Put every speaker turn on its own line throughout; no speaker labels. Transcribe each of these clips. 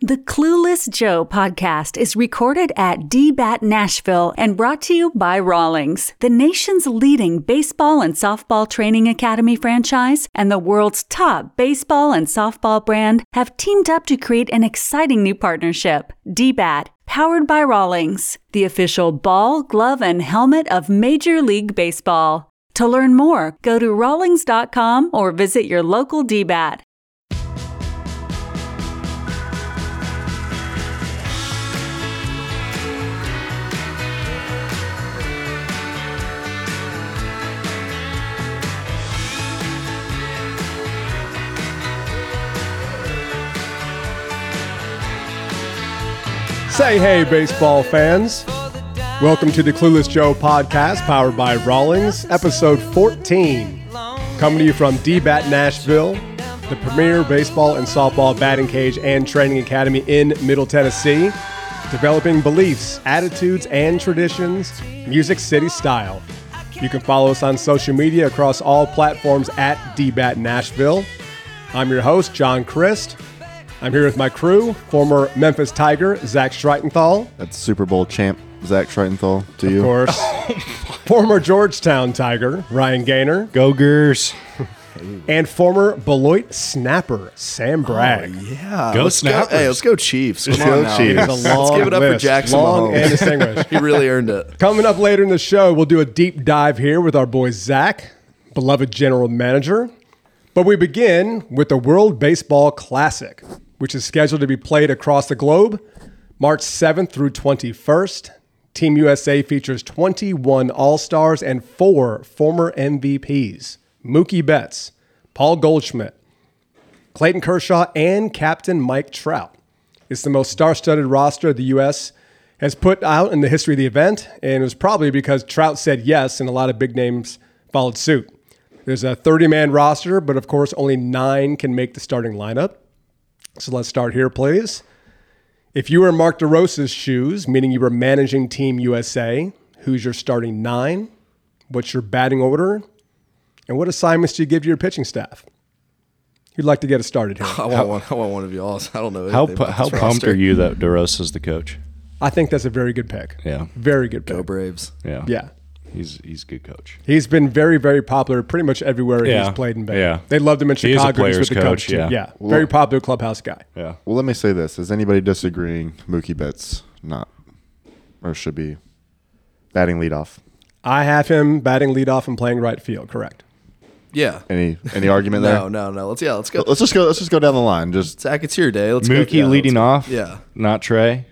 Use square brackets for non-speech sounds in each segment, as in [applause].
The Clueless Joe podcast is recorded at DBAT Nashville and brought to you by Rawlings, the nation's leading baseball and softball training academy franchise and the world's top baseball and softball brand have teamed up to create an exciting new partnership, DBAT, powered by Rawlings, the official ball, glove, and helmet of Major League Baseball. To learn more, go to rawlings.com or visit your local DBAT.
Say hey, baseball fans. Welcome to the Clueless Joe podcast, powered by Rawlings, episode 14. Coming to you from DBAT Nashville, the premier baseball and softball batting cage and training academy in Middle Tennessee, developing beliefs, attitudes, and traditions, Music City style. You can follow us on social media across all platforms at DBAT Nashville. I'm your host, John Christ. I'm here with my crew, former Memphis Tiger, Zach Streitenthal,
That's Super Bowl champ Zach Schreitenthal to you.
of
[laughs]
course,
Oh
former Georgetown Tiger, Ryan Gaynor,
Go Gers.
[laughs] and former Beloit snapper, Sam Bragg.
Oh, Yeah.
Go
let's
Snappers.
Hey, let's go Chiefs. Come Let's go on now. Chiefs.
It's a
Let's
long
give it up for
list,
Jackson
long
Mahomes.
and distinguished.
he really earned it.
[laughs] Coming up later in the show, we'll do a deep dive here with our boy Zach, beloved general manager. But we begin with the World Baseball Classic, which is scheduled to be played across the globe March 7th through 21st. Team USA features 21 All Stars and four former MVPs Mookie Betts, Paul Goldschmidt, Clayton Kershaw, and Captain Mike Trout. It's the most star studded roster the U.S. has put out in the history of the event, and it was probably because Trout said yes and a lot of big names followed suit. There's a 30 man roster, but of course, only nine can make the starting lineup. So let's start here, please. If you were in Mark DeRosa's shoes, meaning you were managing Team USA, who's your starting nine? What's your batting order? And what assignments do you give to your pitching staff? Who'd like to get us started
[laughs]
here?
I want, one, I want one of y'all. I don't know.
How
anything
pu-
about
how
this
pumped
roster.
are you that DeRosa's the coach?
I think that's a very good pick.
Yeah.
Very good pick.
Go Braves.
Yeah.
Yeah.
He's he's a good coach.
He's been very, very popular pretty much everywhere
Yeah.
he's played in Bay.
Yeah.
They loved him in
He is a
Chicago. He's
player's
with the
coach,
too.
yeah.
Very popular clubhouse guy.
Yeah.
Well, let me say this. Is anybody disagreeing? Mookie Betts not or should be batting leadoff.
I have him batting leadoff and playing right field, correct.
Yeah.
Any any argument
No,
there?
no, no. Let's yeah. Let's go.
Let's just go. Let's just go down the line. Just
Zach, it's your day. Let's
Mookie
go. Yeah, let's
leading
go.
off.
Yeah.
Not Trey.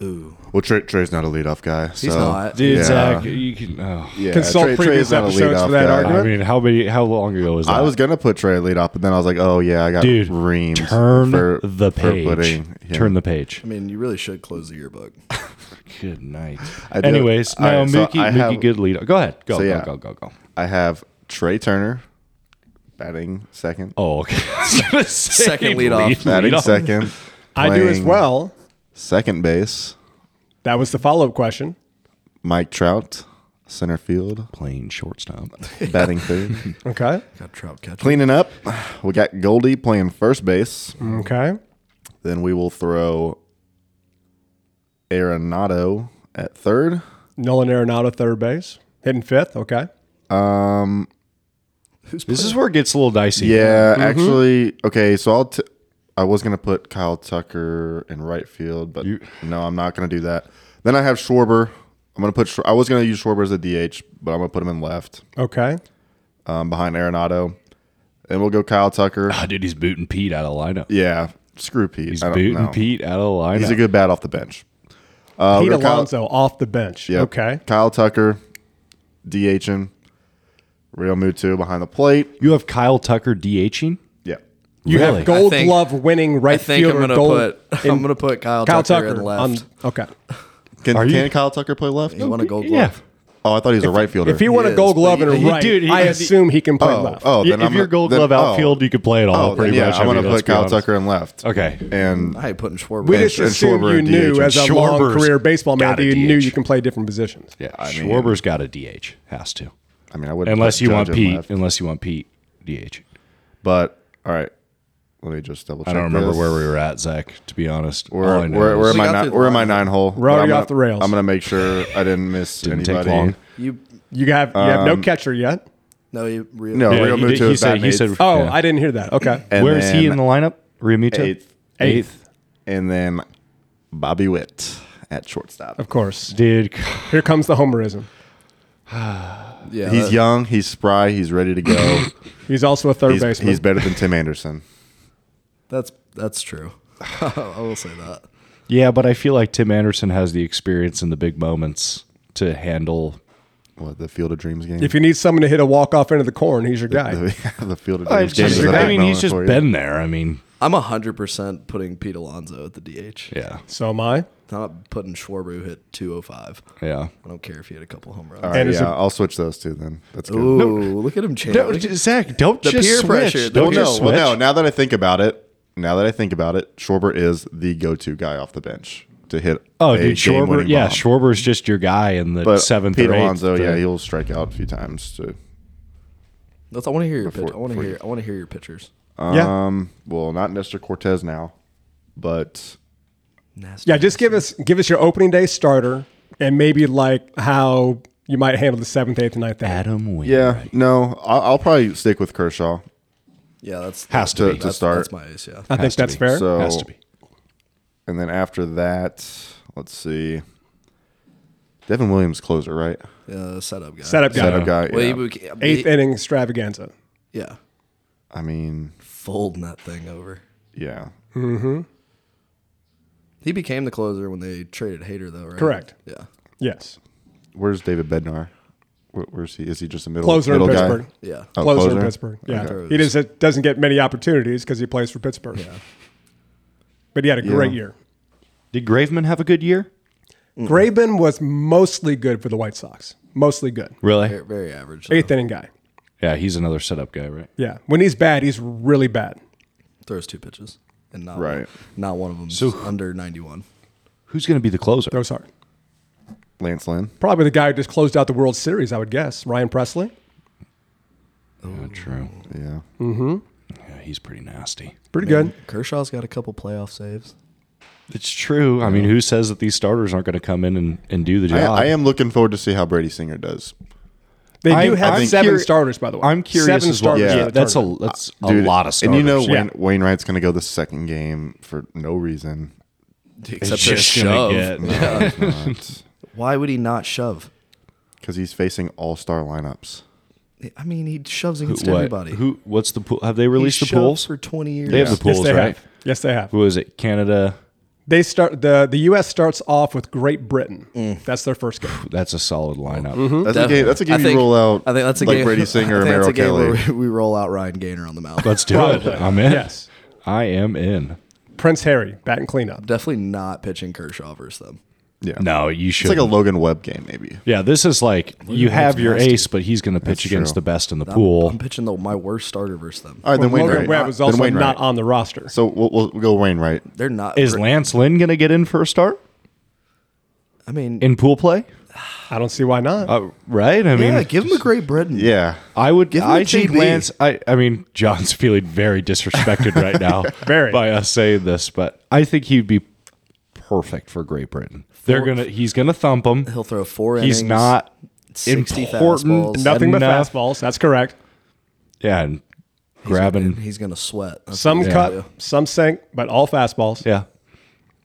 well, Trey, Trey's not a leadoff guy. So.
He's not.
Dude,
Yeah.
Zach, you can. Oh.
Yeah,
Consult previous
Trey's not a
episodes
leadoff
for that
guy.
argument.
I mean, how many? How long ago was that?
I was gonna put Trey at leadoff, but then I was like, oh yeah, I got
Dude,
reamed.
turn
for-
the
for
page.
putting him-
Turn the page.
I mean, you really should close the yearbook.
Good night.
I do-
[laughs] Anyways,
All
no,
right, so
Mookie,
I
Mookie,
have-
good leader. Go ahead. Go,
So,
go,
yeah.
go, go,
[laughs]
go.
I have Trey Turner batting second.
Oh, okay. [laughs]
Second lead off.
batting
leadoff.
second.
[laughs] I do as
playing
well.
Second base,
That was the follow up question.
Mike Trout, center field,
[laughs]
Playing shortstop.
batting third.
Okay.
Got Trout catch.
Cleaning up, we got Goldie playing first base.
Mm. Okay.
Then we will throw Arenado at third.
Nolan Arenado, third base. Hitting fifth. Okay.
Who's
This is where it gets a little dicey.
Yeah,
Mm-hmm.
actually, okay. So I'll. T- I was gonna put Kyle Tucker in right field, but no, I'm not gonna do that. Then I have Schwarber. I'm gonna put. Schw- I was gonna use Schwarber as a DH, but I'm gonna put him in left
Okay.
um, behind Arenado. And we'll go
[sighs]
Kyle Tucker.
Ah, dude, he's booting Pete out of lineup.
Yeah, screw Pete.
He's
I don't
booting
know.
Pete out of lineup.
He's a good bat off the bench. Uh,
Pete
we'll go Kyle-
Alonso off the bench.
Yep.
Okay.
Kyle Tucker, DHing. Real Mutu behind the plate.
You have Kyle Tucker DHing.
Yeah.
You
Really?
have gold
I think-
glove winning right
I think I'm
fielder
gonna
gold.
put. [laughs]
in-
I'm gonna put Kyle,
Kyle
Tucker,
Tucker,
in left.
on-
[laughs]
okay.
Can,
Are you-
can Kyle Tucker play left?
he won a Gold Glove.
Yeah.
Oh, I thought he was a right fielder.
If he won a
is,
gold
but
glove
he-
and a
he-
right,
dude, he-
I
he-
assume he can play
oh,
left.
oh, then
if
I'm
you're
gonna-
Gold
then-
Glove
oh.
outfield, you could play it all
Oh,
pretty
then, yeah,
much.
I'm
I
gonna
mean, let's
put
be
Kyle
honest.
Tucker in left.
Okay.
And
I ain't putting Schwarber.
We
in.
And-
just
and
assumed
Schwarber
you
and
knew
DH.
as a long
Schwarber's
career baseball man
gotta
that you knew
DH.
you can play different positions.
Yeah,
I mean-
Schwarber's got a DH. Has to.
I mean, I wouldn't
Unless
put
you
Judge
want
in
Pete.
left.
Unless you want Pete DH.
but all right, Let me just double
I
check.
don't remember
this.
where we were at, Zach. To be honest,
We're,
All I know
we're, we're, in
is-
We
my
got
nine,
through the
we're in my
line.
nine hole. but
We're already
I'm gonna-
off the rails.
I'm gonna make sure I didn't miss
[laughs] Didn't take
anybody.
long.
You
You have you have no
Um,
catcher yet.
no, you really
No,
Yeah,
Real
he did-
Muto
he
is
said-
batting
he said-
eighth,
Oh,
Yeah.
I didn't hear that. Okay.
and
Where is he
then
in the lineup? Riamito?
eighth,
Eighth.
and then Bobby Witt at shortstop.
Of course.
Dude,
Here comes the homerism.
yeah,
He's
that-
young. He's spry. He's ready
[coughs]
to go.
He's also a third
he's,
baseman.
he's better than Tim Anderson.
That's
[laughs]
that's true. I will say that.
yeah, but I feel like Tim Anderson has the experience in the big moments to handle.
What the Field of Dreams game?
if you need someone to hit a walk off into the corn, he's your guy.
[laughs] the, the Field of
I
Dreams game. is a big
mean,
moment
he's just
for you.
been there. I mean,
I'm hundred percent putting Pete Alonso at the DH.
yeah,
So am I.
I'm not putting Schwarber who hit 205.
yeah.
I don't care if he had a couple home runs.
All right,
Anderson-
yeah, I'll switch those two then. That's good.
Ooh, look at him changing.
Zach, don't
The
just
peer
switch.
pressure, the
Don't
peer
just
Well,
switch.
no. Now that I think about it, now that I think about it, Schwarber is the go-to guy off the bench to hit.
Oh,
a
dude, Schwarber.
game-winning
Yeah,
bomb.
Schwarber's just your guy in the
But
seventh
Pete
or eighth.
Alonso, yeah,
thing.
he'll strike out a few times too.
Let's, I want to hear your pitch.
Before-
I want to
before
hear. I want to hear your pitchers.
yeah.
Um, well, not Nestor Cortez now, but
Nasty.
Yeah. Just give us give us your opening day starter and maybe like how you might handle the seventh, eighth, and ninth. inning.
Adam Wainwright.
yeah, no, I'll, I'll probably stick with Kershaw.
yeah, that's
Has to
To-
be.
to
that's,
start.
That's my ace. Yeah,
I think
Has to
that's
be.
fair.
So,
Has to be.
and then after that, let's see, Devin Williams closer, right?
yeah setup guy.
Setup guy.
Setup guy.
Well,
yeah.
he would-
Eighth
he-
inning extravaganza.
yeah,
I mean,
folding that thing over.
yeah,
He became the closer when they traded Hater, though, right?
Correct.
Yeah,
Yes.
Where's David Bednar? Where, where's he? Is he just a middle
Closer in
middle guy?
Pittsburgh.
yeah.
Oh,
closer, in
closer?
Pittsburgh. Yeah.
Okay.
He just doesn't get many opportunities because he plays for Pittsburgh.
Yeah.
But he had a great
Yeah.
year.
Did Graveman have a good year?
Graben was mostly good for the White Sox. Mostly good.
Really?
Very, very average.
Eighth inning guy.
Yeah, he's another setup guy, right?
Yeah. When he's bad, he's really bad.
Throws two pitches, and not
Right.
Not one of them
So-
under ninety one.
Who's going to be the closer?
No, sorry.
Lance Lynn.
Probably the guy who just closed out the World Series, I would guess. Ryan Presley.
Yeah, true.
Yeah.
Yeah, he's pretty nasty.
Pretty good.
Kershaw's got a couple playoff saves.
It's true. I mean, who says that these starters aren't going to come in and, and do the
I,
job?
I am looking forward to see how Brady Singer does.
They
I'm-
do have
I'm
seven
curi-
starters, by the way.
I'm curious
Seven
as well.
starters.
Yeah,
for
Yeah,
the
that's
tournament.
a that's
Dude,
a lot of
And
starters.
you know Wayne,
Yeah.
Wainwright's going to go the second game for no reason.
Except for a
just gonna
shove.
get-
Because
Why would he not shove?
he's facing all-star lineups.
I mean, he shoves against
what,
everybody.
Who? What's the pool? Have they
He
released the
shoved
polls?
for twenty years?
They have the
Yes,
pools,
they
right?
have. Yes, they have.
Who is it? Canada.
They start the the U.S. starts off with Great Britain.
Mm.
That's their first game.
That's a solid lineup.
That's
Definitely.
a game. That's a game
I
you
think-
roll out.
I think that's a
like
game.
Brady Singer
[laughs] I
or
think that's
Merrill
a game
Kelly.
Where we we roll out Ryan Gaynor on the mound.
Let's
[laughs]
do
Probably.
it. [laughs] I'm in.
Yes.
I am in.
Prince Harry batting cleanup.
Definitely not pitching Kershaw versus them.
yeah.
No, you
It's
should.
like a Logan Webb game, maybe.
yeah, this is like you have your ace, but he's going to pitch against
true.
the best in the
I'm,
pool.
I'm pitching the, my worst starter versus them.
All right, then
Well, Logan
Wainwright.
Webb was
Then
also
Wainwright.
not on the roster.
So we'll, we'll, we'll go Wainwright.
They're not.
is Lance Lynn going to get in for a start
I mean,
in pool play?
I don't see why not.
Uh, right? I mean,
Oh. yeah, give him a Great Britain.
Yeah.
I would.
Give him a
I think
GB.
Lance. I. I mean, John's [laughs] feeling very disrespected right
[laughs]
now,
Very.
by us saying this, but I think he'd be perfect for Great Britain. They're gonna. He's gonna thump him.
He'll throw four innings.
He's not
60
important.
fastballs.
Nothing but
enough.
fastballs. That's correct.
Yeah, and
and
grabbing.
He's gonna sweat. That's
Some
what he's
cut,
gonna
some sink, but all fastballs.
Yeah,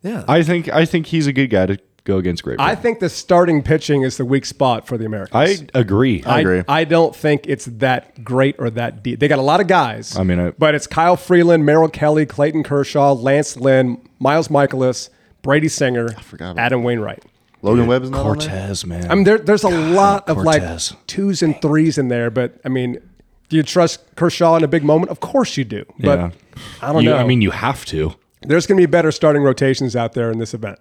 do. Yeah.
I think. I think he's a good guy to go against Great
I
Britain.
think the starting pitching is the weak spot for the Americans.
I agree.
I,
agree.
I don't think it's that great or that deep. They got a lot of guys.
I mean, I-
but it's Kyle Freeland, Merrill Kelly, Clayton Kershaw, Lance Lynn, Miles Michaelis, Brady Singer,
forgot about
Adam Wainwright.
Logan Webb's not on there?
Cortez, man.
I mean, there, there's a lot of
Cortez.
like twos and threes in there, but I mean, do you trust Kershaw in a big moment? Of course you do. But
Yeah.
I don't
You-
know.
I mean, you have to.
there's going to be better starting rotations out there in this event.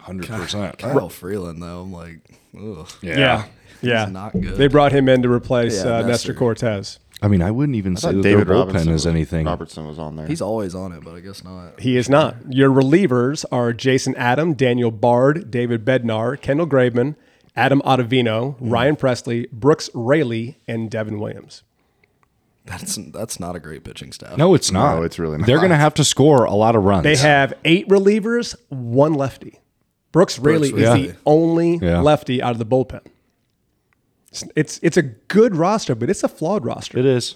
Hundred percent.
Kyle Freeland though. I'm like, ugh.
Yeah. Yeah.
not good.
They brought him in to replace
Yeah,
uh,
Nestor.
Nestor Cortez.
I mean, I wouldn't even say
I
that
thought
their
David
bullpen
Robinson
is
was-
anything.
Robertson was on there.
He's always on it, but I guess not.
He is not. Your relievers are Jason Adam, Daniel Bard, David Bednar, Kendall Graveman, Adam Ottavino, Ryan Presley, Brooks Raley, and Devin Williams.
That's that's not a great pitching staff.
No, it's not.
No, it's really
They're
not.
going to have to score a lot of runs.
They have eight relievers, one lefty. Brooks Raley
Raley.
is
Yeah.
the only
Yeah.
lefty out of the bullpen. It's, it's it's a good roster, but it's a flawed roster.
It is.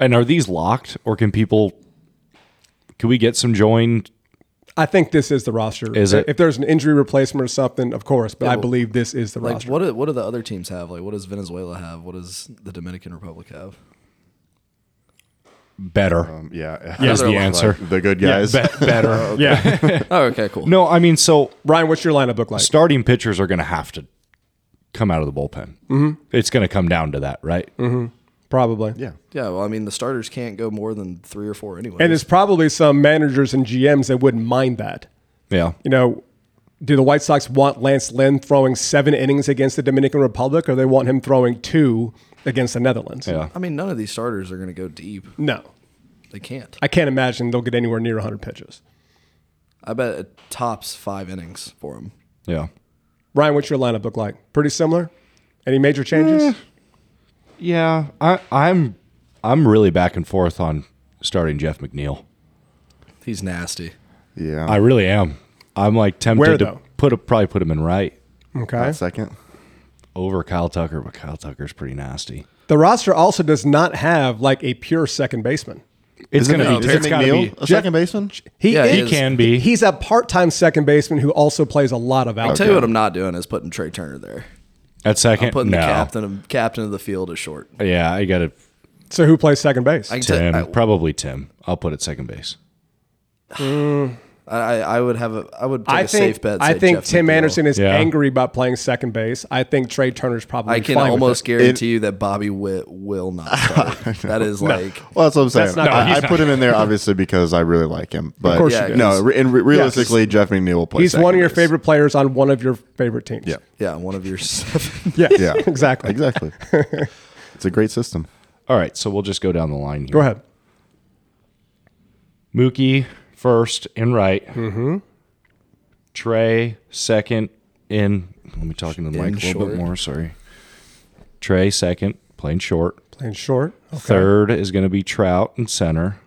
And are these locked, or can people? Can we get some joined?
I think this is the roster.
Is it?
If there's an injury replacement or something, of course, but I believe this is the
Like
roster.
what? Do, what do the other teams have? Like what does Venezuela have? What does the Dominican Republic have?
Better
Um, yeah.
is the
Like,
answer.
[laughs] the good guys.
Be-
[laughs]
better.
Yeah.
Oh, okay, cool.
No, I mean, so
Ryan, what's your lineup look like?
starting pitchers are going to have to come out of the bullpen. Mm-hmm. It's going to come down to that, right?
Probably. Yeah.
Yeah, well, I mean the starters can't go more than three or four anyway.
And there's probably some managers and GMs that wouldn't mind that.
Mm-hmm.
Yeah.
You know, do the White Sox want Lance Lynn throwing seven innings against the Dominican Republic, or they want him throwing two against the Netherlands?
Yeah.
I mean none of these starters are going to go deep.
No,
They can't.
I can't imagine they'll get anywhere near 100 pitches.
I bet it tops five innings for them.
Yeah.
Ryan, what's your lineup look like? Pretty similar. Any major changes?
Eh. Yeah. I, I'm I'm really back and forth on starting Jeff McNeil.
He's nasty.
Yeah.
I really am. I'm like tempted
Where,
to
though?
put a, probably put him in right
Okay.
Second.
over Kyle Tucker, but Kyle Tucker's pretty nasty.
The roster also does not have like a pure second baseman.
It's going to
no,
be.
uh, Terry
It's got to
McNeil,
be.
a second baseman.
He
Yeah,
is-
He can be.
He's a part-time second baseman who also plays a lot of
I'll
outfield.
tell you what I'm not doing is putting Trey Turner there.
At
I'm
second,
putting
no.
the captain of captain of the field as short.
Yeah, I got to
So who plays second base?
I can tell
Tim.
I-
probably Tim. I'll put it second base.
I, I would have a I would take
I
a safe
think
bet.
I
say
think
Jeff
Tim
McNeil.
Anderson is
Yeah.
angry about playing second base. I think Trey Turner's probably.
I can
fine with
almost
it.
guarantee you that Bobby Witt will not.
[laughs]
Start. that is like
Well, that's what I'm saying.
not-
I, I put him in there obviously because I really like him. But
course
you Yeah, do.
no, re- and re- realistically, Jeff McNeil will play.
He's one
second
of your
base.
favorite players on one of your favorite teams. [laughs]
Yeah.
yeah, one of your [laughs] seven.
Yeah.
Yeah.
[laughs] exactly.
Exactly. it's a great system.
All right, so we'll just go down the line here.
Go ahead.
Mookie first in right. Mm-hmm. Trey second in. Let me talk into the
In
mic a little
short.
bit more. Sorry. Trey second, playing short.
Playing short. Okay.
Third is going to be Trout in center.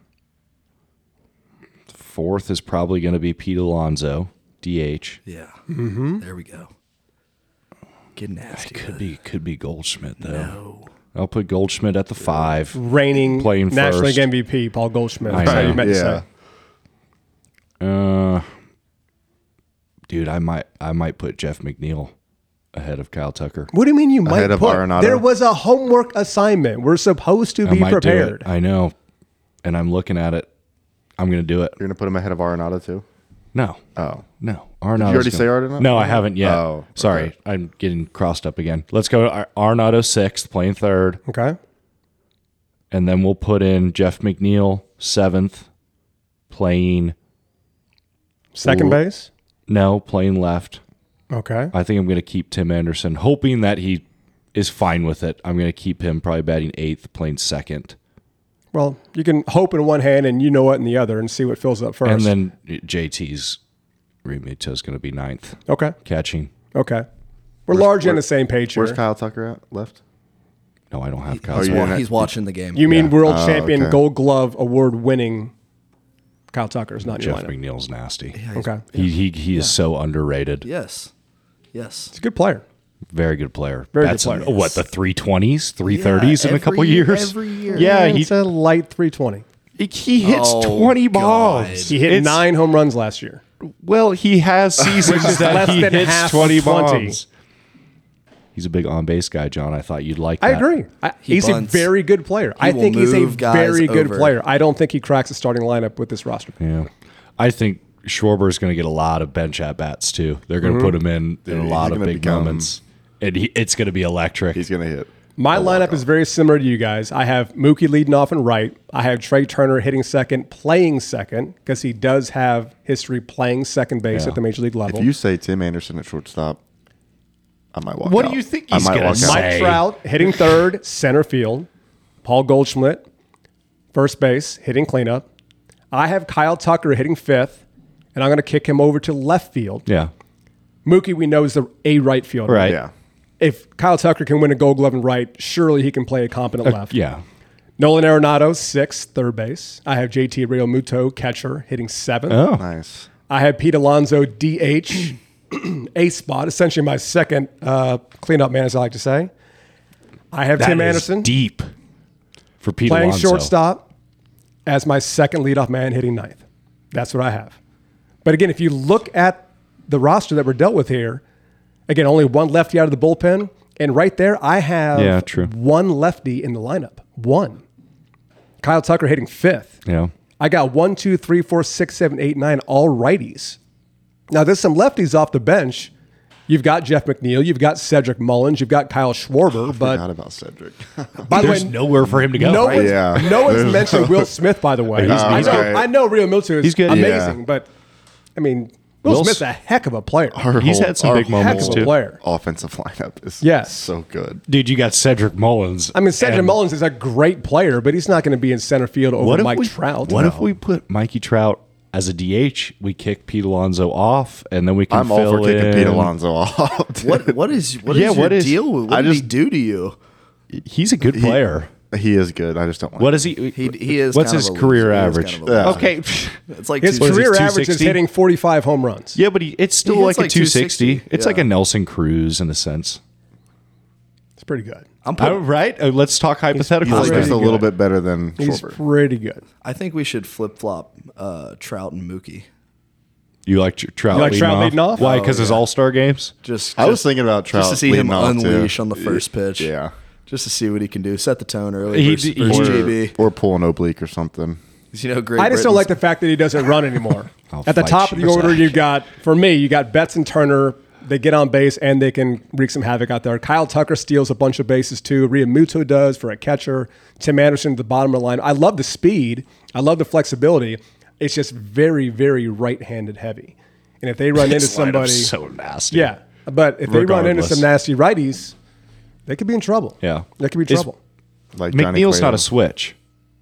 Fourth is probably going to be Pete Alonso, DH.
Yeah, there we go. Get nasty.
Could be could be Goldschmidt though. I'll put Goldschmidt at the five.
Reigning
Playing
National League
first.
MVP Paul Goldschmidt.
I
That's how
know.
you meant to
Yeah.
say.
Uh, dude, I might I might put Jeff McNeil ahead of Kyle Tucker.
What do you mean you might
Ahead of
put?
Arenado?
There was a homework assignment. We're supposed to
I
be
might
prepared.
do it. I know, and I'm looking at it. I'm gonna do it.
You're gonna put him ahead of Arenado too.
No.
Oh.
No, Arnauto's
already
gonna-
say Arnauto?
No, I haven't yet.
Oh, okay.
sorry, I'm getting crossed up again. Let's go to Ar- Arnauto sixth, playing third,
Okay.
and then we'll put in Jeff McNeil seventh, playing
Second
Ooh.
base.
no, playing left.
Okay.
I think I'm going to keep Tim Anderson, hoping that he is fine with it. I'm going to keep him probably batting eighth, playing second,
Well, you can hope in one hand and you know what in the other, and see what fills up first.
and then JT's Remito is going to be ninth,
okay.
catching.
Okay. We're largely on the same page here.
Where's Kyle Tucker at left?
No, I don't Oh, have Kyle.
He's,
you
wa-
didn't-
he's watching the game.
You mean world champion,
Oh, okay.
gold glove award winning Kyle Tucker is not in your
Jeff
lineup.
McNeil's nasty.
Okay.
He he he is so underrated.
yes, yes.
He's a good player.
Very good player.
Very good
That's in,
player.
what the three twenties, three thirties in a
every-
couple years.
every year.
Yeah,
And
he
he's a light 320.
he hits
Oh,
twenty
God.
balls.
He hit
It's-
nine home runs last year.
Well, he has seasons that
less
he
than
hits
half
twenty
of 20.
bombs. He's a big on base guy, John. I thought you'd like.
I
That.
agree. I,
He
he's
bunts.
a very good player. I
will
think he's a
move guys
very good
over.
player. I don't think he cracks the starting lineup with this roster.
Yeah, I think Schwarber's going to get a lot of bench at bats too. They're going to put him in in a
he's
lot of
gonna
big
become-
moments, and he, it's going to be electric.
He's gonna hit.
My lineup is very similar to you guys. I have Mookie leading off and right. I have Trey Turner hitting second, playing second, because he does have history playing second base
Yeah.
at the major league level.
If you say Tim Anderson at shortstop, I might walk.
What do
out.
you think
I
he's
might
gonna
walk
say?
out.
Mike Trout
[laughs]
hitting third, center field. Paul Goldschmidt, first base, hitting cleanup. I have Kyle Tucker hitting fifth, and I'm going to kick him over to left field.
yeah,
Mookie, we know, is the a right fielder.
right.
Yeah. Uh,
If Kyle Tucker can win a gold glove in right, surely he can play a competent left.
yeah.
Nolan Arenado, sixth, third base. I have JT Real Muto, catcher, hitting seventh.
Oh.
Nice.
I have Pete Alonso, DH, [clears throat] A spot, essentially my second uh, cleanup man, as I like to say. I have Tim
That is
Anderson
deep for Pete
playing
Alonso.
shortstop as my second leadoff man, hitting ninth. That's what I have. But again, if you look at the roster that we're dealt with here, again, only one lefty out of the bullpen. And right there, I have
Yeah, true.
one lefty in the lineup. One. Kyle Tucker hitting fifth.
Yeah.
I got one, two, three, four, six, seven, eight, nine, all righties. Now there's some lefties off the bench. You've got Jeff McNeil, you've got Cedric Mullins, you've got Kyle Schwarber,
Not
but
about Cedric.
by the
There's
way,
nowhere for him to go.
no
right?
one's,
Yeah.
no one's
There's-
mentioned Will Smith, by the way.
He's-
I,
he's
know,
great.
I know Rio Milton is
He's good.
amazing,
Yeah.
but I mean, Will,
Will
Smith's a heck of a player.
Our
He's
whole-
had some
our
big
whole
moments,
Heck of a
[laughs]
too.
player.
Offensive lineup is
Yeah.
so good.
Dude, you got Cedric Mullins.
I mean, Cedric
and
Mullins is a great player, but he's not going to be in center field over
What if
Mike
we,
Trout.
What if we put Mikey Trout as a DH? We kick Pete Alonso off, and then we can
I'm
fill
all for kicking
in.
Pete Alonso off. dude.
What what is what is
Yeah,
your
what is-
deal with? What
I
did
just-
he do to you?
He's a good player.
[laughs] He is good. I just don't like
What is he?
He he is.
What's
kind
his
of a
career
loser. He is
average?
kind of a loser.
Okay.
it's like
His
two-
career
it's
average is
260?
hitting 45 home runs.
Yeah, but he, it's still
He
like
hits
a
like
260.
260,
It's
yeah.
like a Nelson Cruz in a sense.
It's pretty good.
I'm putting-
Oh, right? Uh, let's talk
He's
hypotheticals.
like
then.
just a little bit better than
He's
Schwarber.
pretty good.
I think we should flip flop uh, Trout and Mookie.
you like Tr- Trout,
You like
leading
Trout
off?
leading off? Oh,
Why? Because his All Star games?
Just
I was
just-
thinking about Trout
just to see him
leading off, too.
unleash on the first pitch.
Yeah.
just to see what he can do. Set the tone early.
He
versus,
d-
versus
he-
GB.
Or pull an oblique or something.
You know, great.
I just don't like
Britain's-
the fact that he doesn't
[laughs]
run anymore.
I'll
At the
fight
top of the
you,
order,
Zach.
you got for me, you got Betts and Turner. They get on base and they can wreak some havoc out there. Kyle Tucker steals a bunch of bases too. Ria Muto does for a catcher. Tim Anderson at the bottom of the line. I love the speed. I love the flexibility. It's just very, very right-handed heavy. And if they
[laughs]
run into
His lineup's
somebody,
so nasty.
yeah. But if they run into
Regardless.
some nasty righties, they could be in trouble.
Yeah.
they could be
Is-
trouble.
Like Johnny
McNeil's not
Cueto.
a switch.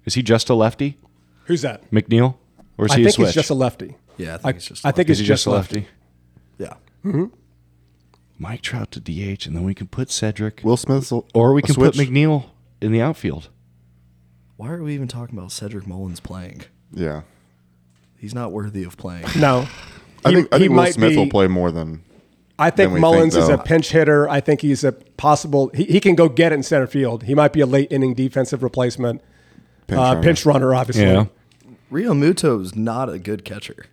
Is he just a lefty,
Who's that?
McNeil? Or is
I
he
think
a switch?
he's just a lefty.
Yeah, I think he's just a
I think
lefty.
it's
is he
just
just a
lefty.
lefty?
Yeah,
Mike Trout to DH, and then we can put Cedric.
Will Smith's a-
or we
a
can
switch.
put McNeil in the outfield.
why are we even talking about Cedric Mullins playing?
Yeah.
He's not worthy of playing.
No.
I
He-
think, I
he
think Will
might
Smith will
be-
play more than
I think
than we
Mullins
think, "Oh."
is a
though.
pinch hitter. I think he's a possible. He, he can go get it in center field. He might be a late inning defensive replacement,
pinch,
uh,
runner.
pinch runner. Obviously,
Yeah.
Rio Muto is not a good catcher.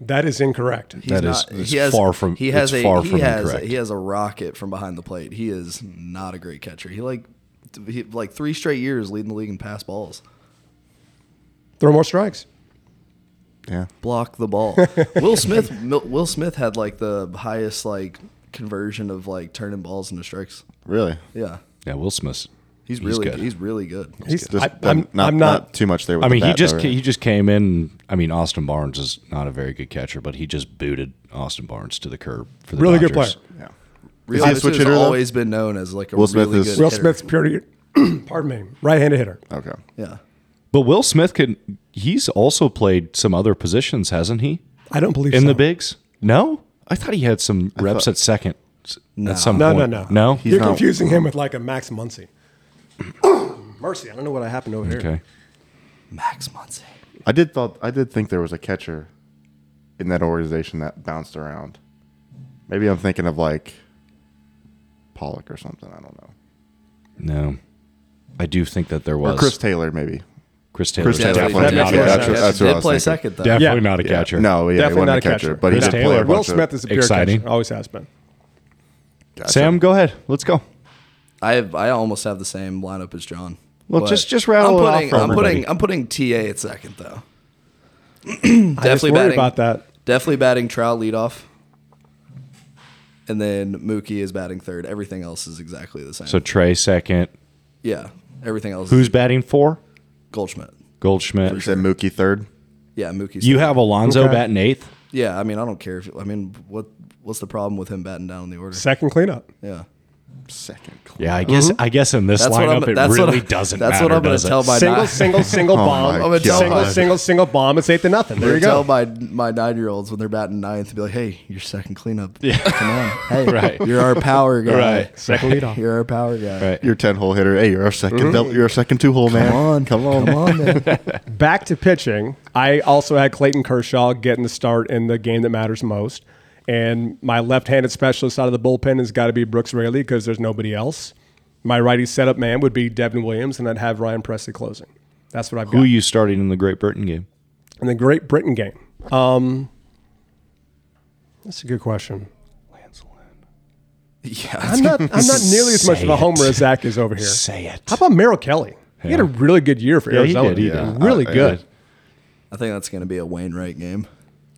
that is incorrect.
That is- it's far from-
he has
it's
a
far
he
from
has
incorrect.
he has a rocket from behind the plate. He is not a great catcher. He like he, like three straight years leading the league in pass balls.
Throw more strikes.
Yeah.
Block the
[laughs]
ball. Will Smith Mil- Will Smith had like the highest like conversion of like turning balls into strikes.
Really?
Yeah.
Yeah, Will Smith.
He's really
good.
he's really good.
He's,
Just
I, am
not,
I'm
not
not.
too much there with
I
the
mean, he
bat,
just
though,
ca-
right?
he just came in. I mean, Austin Barnes is not a very good catcher, but he just booted Austin Barnes to the curb for the
Really good
Dodgers.
player.
Yeah.
Rio
he a
Muto
switch
has
hitter, though?
always been known as like a
Will Smith
really
is-
good
Will
hitter.
Smith's purity. [clears throat] pardon me. Right-handed hitter.
Okay.
Yeah.
But Will Smith can. He's also played some other positions, hasn't he?
I don't believe
In
so.
the bigs? No, I thought he had some reps at second. s- At some
No, no,
point.
no,
no.
You're
not-
confusing him with like a Max Muncy. [coughs] Mercy, I don't know what happened over here.
okay.
Max Muncy.
I did thought I did think there was a catcher in that organization that bounced around. Maybe I'm thinking of like Pollock or something. I don't know.
No, I do think that there was
Or Chris Taylor, maybe.
Chris Taylor.
Chris Taylor.
definitely
Taylor.
not a
Yeah,
catcher.
that's what- that's what I
Did
was
play
thinking.
second though.
Definitely not a
Yeah.
catcher.
No, yeah,
Definitely
he wasn't
not
a catcher, but he
Chris
did play
Taylor.
a bunch
Will
of-
Smith is a pure
Exciting.
catcher. Always has been.
Gotcha.
Sam, go ahead. Let's go.
I have, I almost have the same lineup as John.
Well,
but
just- just rattle
I'm
it off
putting,
for
I'm putting
everybody.
I'm putting TA at second though. [clears throat]
I just
Definitely
worry
batting
about that.
Definitely batting Trout leadoff, and then Mookie is batting third. Everything else is exactly the same.
So Trey second.
yeah, everything else.
Who's
is
batting for?
Goldschmidt?
Goldschmidt.
Said Mookie third.
Yeah, Mookie.
You have Alonzo
Okay.
batting eighth.
Yeah, I mean, I don't care if I mean what what's the problem with him batting down in the order?
Second cleanup.
Yeah,
second.
Yeah, I guess I guess in this
That's what
lineup
I'm-
it
that's what
really
I'm-
doesn't
that's
matter.
what I'm gonna
does it?
tell my-
Single,
not?
single, single
Oh
bomb.
my
Single,
God.
single, single, single bomb. It's eight to nothing. There
Or
you
tell
go.
my my nine year olds when they're batting ninth to be like, hey, you're second cleanup. Yeah. Come on. Hey,
Right.
you're our power guy.
Right.
Second lead
[laughs]
off.
You're our power guy.
Right.
Your ten hole hitter. Hey, you're our 2nd double, you're our second two hole man.
Mm-hmm. Come on. Come on. Come on, man.
Back to pitching. I also had Clayton Kershaw getting the start in the game that matters most. And my left-handed specialist out of the bullpen has got to be Brooks Raley because there's nobody else. My righty setup man would be Devin Williams, and I'd have Ryan Presley closing. That's what I've got.
Who you starting in the Great Britain game?
in the Great Britain game? Um, that's a good question.
yeah.
I'm not. I'm not nearly as much of a
Say
homer
it.
as Zach is over here.
Say it.
How about Merrill Kelly? He had a really good year for
Yeah, he
Arizona.
did, he
did.
Really
Uh,
good.
yeah.
I think that's going to be a Wainwright game.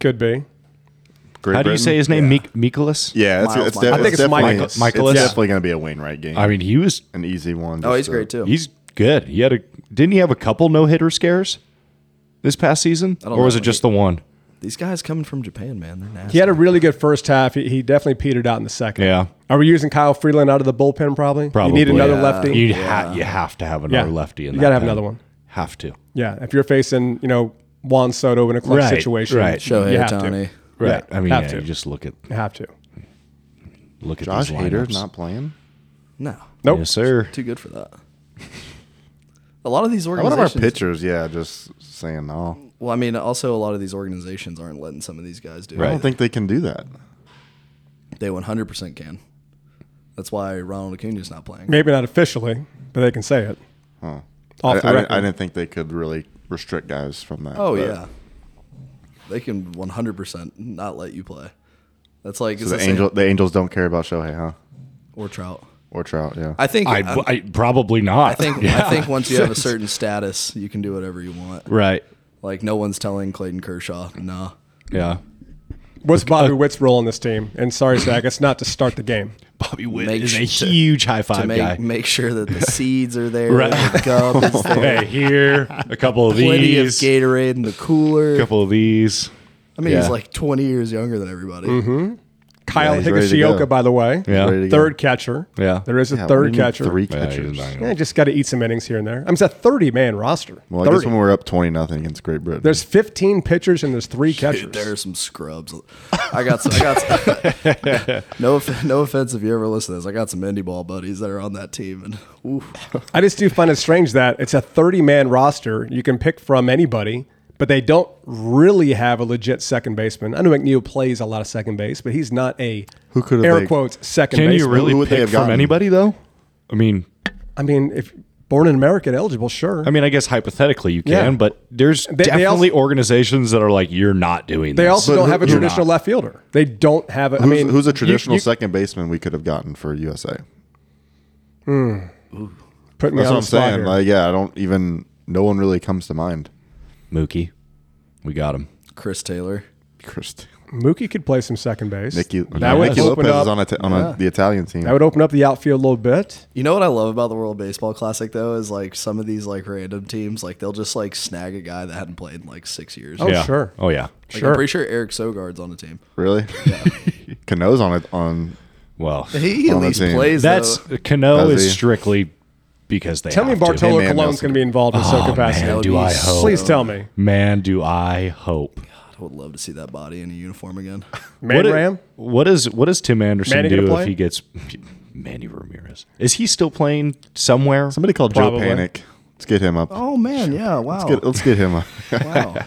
Could be.
Great
How do you
Britain.
say his name? Mik Mikolas?
Yeah, it's,
Miles
it's,
Michaelis.
de-
I think
it's
it's
definitely,
Michaelis.
it's
Michaelis.
definitely going to be a Wainwright game.
I mean, he was
an easy one.
Oh,
just
he's
to-
great, too.
he's good. He had a didn't he have a couple no hitter scares this past season,
don't
or was
know.
it just the one?
These guys coming from Japan, man. They're nasty.
He had a really good first half. He, he definitely petered out in the second.
Yeah.
Are we using Kyle Freeland out of the bullpen? Probably. You need
Probably.
another
Yeah.
lefty.
You ha- you have to have another
Yeah.
lefty. In
You
that
gotta have
pen.
another one.
Have to.
yeah. If you're facing, you know, Juan Soto in a clutch
Right,
situation,
right.
Shohei
you have
Ohtani.
to.
Right.
Yeah,
I mean,
have
yeah,
to.
you just look at
You have to.
look at
Josh
these
Hader's
lineups.
not playing.
No.
Nope.
Yes, sir.
Too good for that. A lot of these
One of our
organizations.
pitchers, yeah, just saying no.
Well, I mean, also a lot of these organizations aren't letting some of these guys do
I
Right.
don't think they can do that.
it. They 100% can. That's why Ronald Acuna's not playing.
Maybe not officially, but they can say it.
I,
Off the
I
record.
didn't, I didn't think they could really restrict guys from that.
Oh
but-
yeah, they can 100% not let you play. That's like
So
it's
the
the same-
angel, the Angels don't care about Shohei, huh?
or Trout.
Or Trout, yeah.
I think I,
I, I probably not.
I
[laughs]
think I think once you have a certain status, you can do whatever you want.
right.
Like no one's telling Clayton Kershaw, nah.
Yeah.
What's Bobby Witt's role in this team? And sorry, Zach, it's not to start the
[laughs]
game.
Bobby Witt
Make
is a
sure to-
huge high
To
five
make
guy.
make sure that the seeds are there,
Right.
that the gum is there,
[laughs] hey, here a couple of
plenty of
these, a
Gatorade in the cooler.
couple of these.
I mean,
yeah. Mm-hmm.
he's like 20 years younger than everybody.
Kyle
he's ready to go.
Higashioka, by the way.
Yeah.
Ready to go.
Third catcher.
Yeah.
There is a
Yeah, we
third
need
catcher.
Three
Yeah, he's
catchers.
not
Yeah, just got to eat some innings here and there. I mean, it's a 30 man roster.
well, I
30.
guess when we're up twenty nothing against Great Britain,
There's 15 pitchers and there's three
Dude, there
catchers.
are some scrubs. I got some. I got some, [laughs]
[laughs]
no, off- no offense if you ever listen to this. I got some indie ball buddies that are on that team, and ooh,
I just do find it strange that it's a 30 man roster. You can pick from anybody, but they don't really have a legit second baseman. I know McNeil plays a lot of second base, but he's not a
Who could have
air
they-
quotes second
Can you
baseman.
really
who would they
pick
have
from
gotten?
anybody though? I mean,
I mean, if born in America and eligible, sure.
I mean, I guess hypothetically you can,
Yeah.
but there's
they
definitely
also-
organizations that are like, you're not doing
they
this.
also
But
don't
who-
have a
who-
traditional left fielder. They don't have a. I
who's,
mean,
who's a
you-
traditional
you-
second baseman we could have gotten for USA?
put me
That's
on
what
the
I'm
spot
saying.
here.
Like, yeah, I don't even. No one really comes to mind.
Mookie, we got him.
Chris Taylor.
Chris, Taylor.
Mookie could play some second base.
Nicky,
that would
Nicky
open
Lopez
up.
is on, a t- on a, the Italian team.
that would open up the outfield a little bit.
You know what I love about the World Baseball Classic though is like some of these like random teams like they'll just like snag a guy that hadn't played in like six years.
Oh,
like,
yeah.
sure.
Oh yeah.
I'm pretty sure Eric Sogard's on the team.
[laughs]
Really? Cano's on it on
Well,
He at
On the
least
team.
plays.
that's
though.
Cano
Does
is
he?
strictally because they
Tell me
have to.
Bartolo
Hey, man,
Colon's
Nelson.
going to be involved in some
Oh,
capacity.
man,
would
do
be
I hope?
Please tell me.
Man, do I hope.
I would love to see that body in a uniform again.
Man
what,
Ram?
what is what does Tim Anderson
Manny gonna
do
play?
if he gets [laughs] Manny Ramirez? Is he still playing somewhere?
somebody called
Probably. Oh.
Joe Panic. Let's get him up.
Oh man, yeah, wow,
Let's, get, [laughs] let's get him up.
[laughs] wow.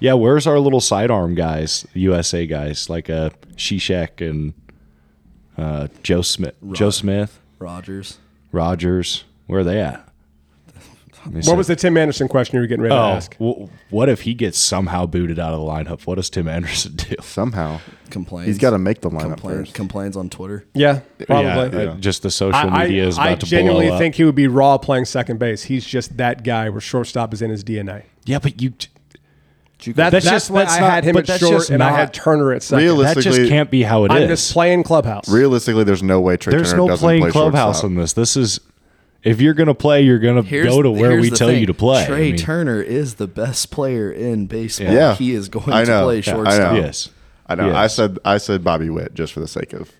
Yeah, where's our little sidearm guys, USA guys, like uh, Shishak and uh, Joe Smith, Joe Smith,
Rogers.
Rogers? Where are they at?
What was the Tim Anderson question you were getting ready to
Oh,
ask?
w- what if he gets somehow booted out of the lineup? What does Tim Anderson [laughs] do?
Somehow
complains.
he's got to make the lineup
complains,
first.
complains on Twitter.
Yeah,
Yeah,
probably.
uh, just the social
I,
media is
I-
about
I
to
genuinely
blow up.
think he would be raw playing second base. He's just that guy where shortstop is in his DNA.
yeah, but you
That, that's
That's
just
just-
why
that's
I
not-
had him
but
at
that's
short
just
and I had
not-
Turner at second.
Realistic-
that just
Realistically,
can't be how it
I'm
is.
just playing clubhouse.
Realistically, there's no way Trey
There's
Turner
no
doesn't
playing
play
clubhouse
shortstop.
in this. This is if you're gonna play, you're gonna go to where
here's
we
the
tell
thing.
you to play.
Trey
I mean,
Turner is the best player in baseball.
Yeah.
he is going
I
to
know.
play
Yeah, I
shortstop.
know.
Yes.
I know. I
Yes.
said I said Bobby Witt just for the sake of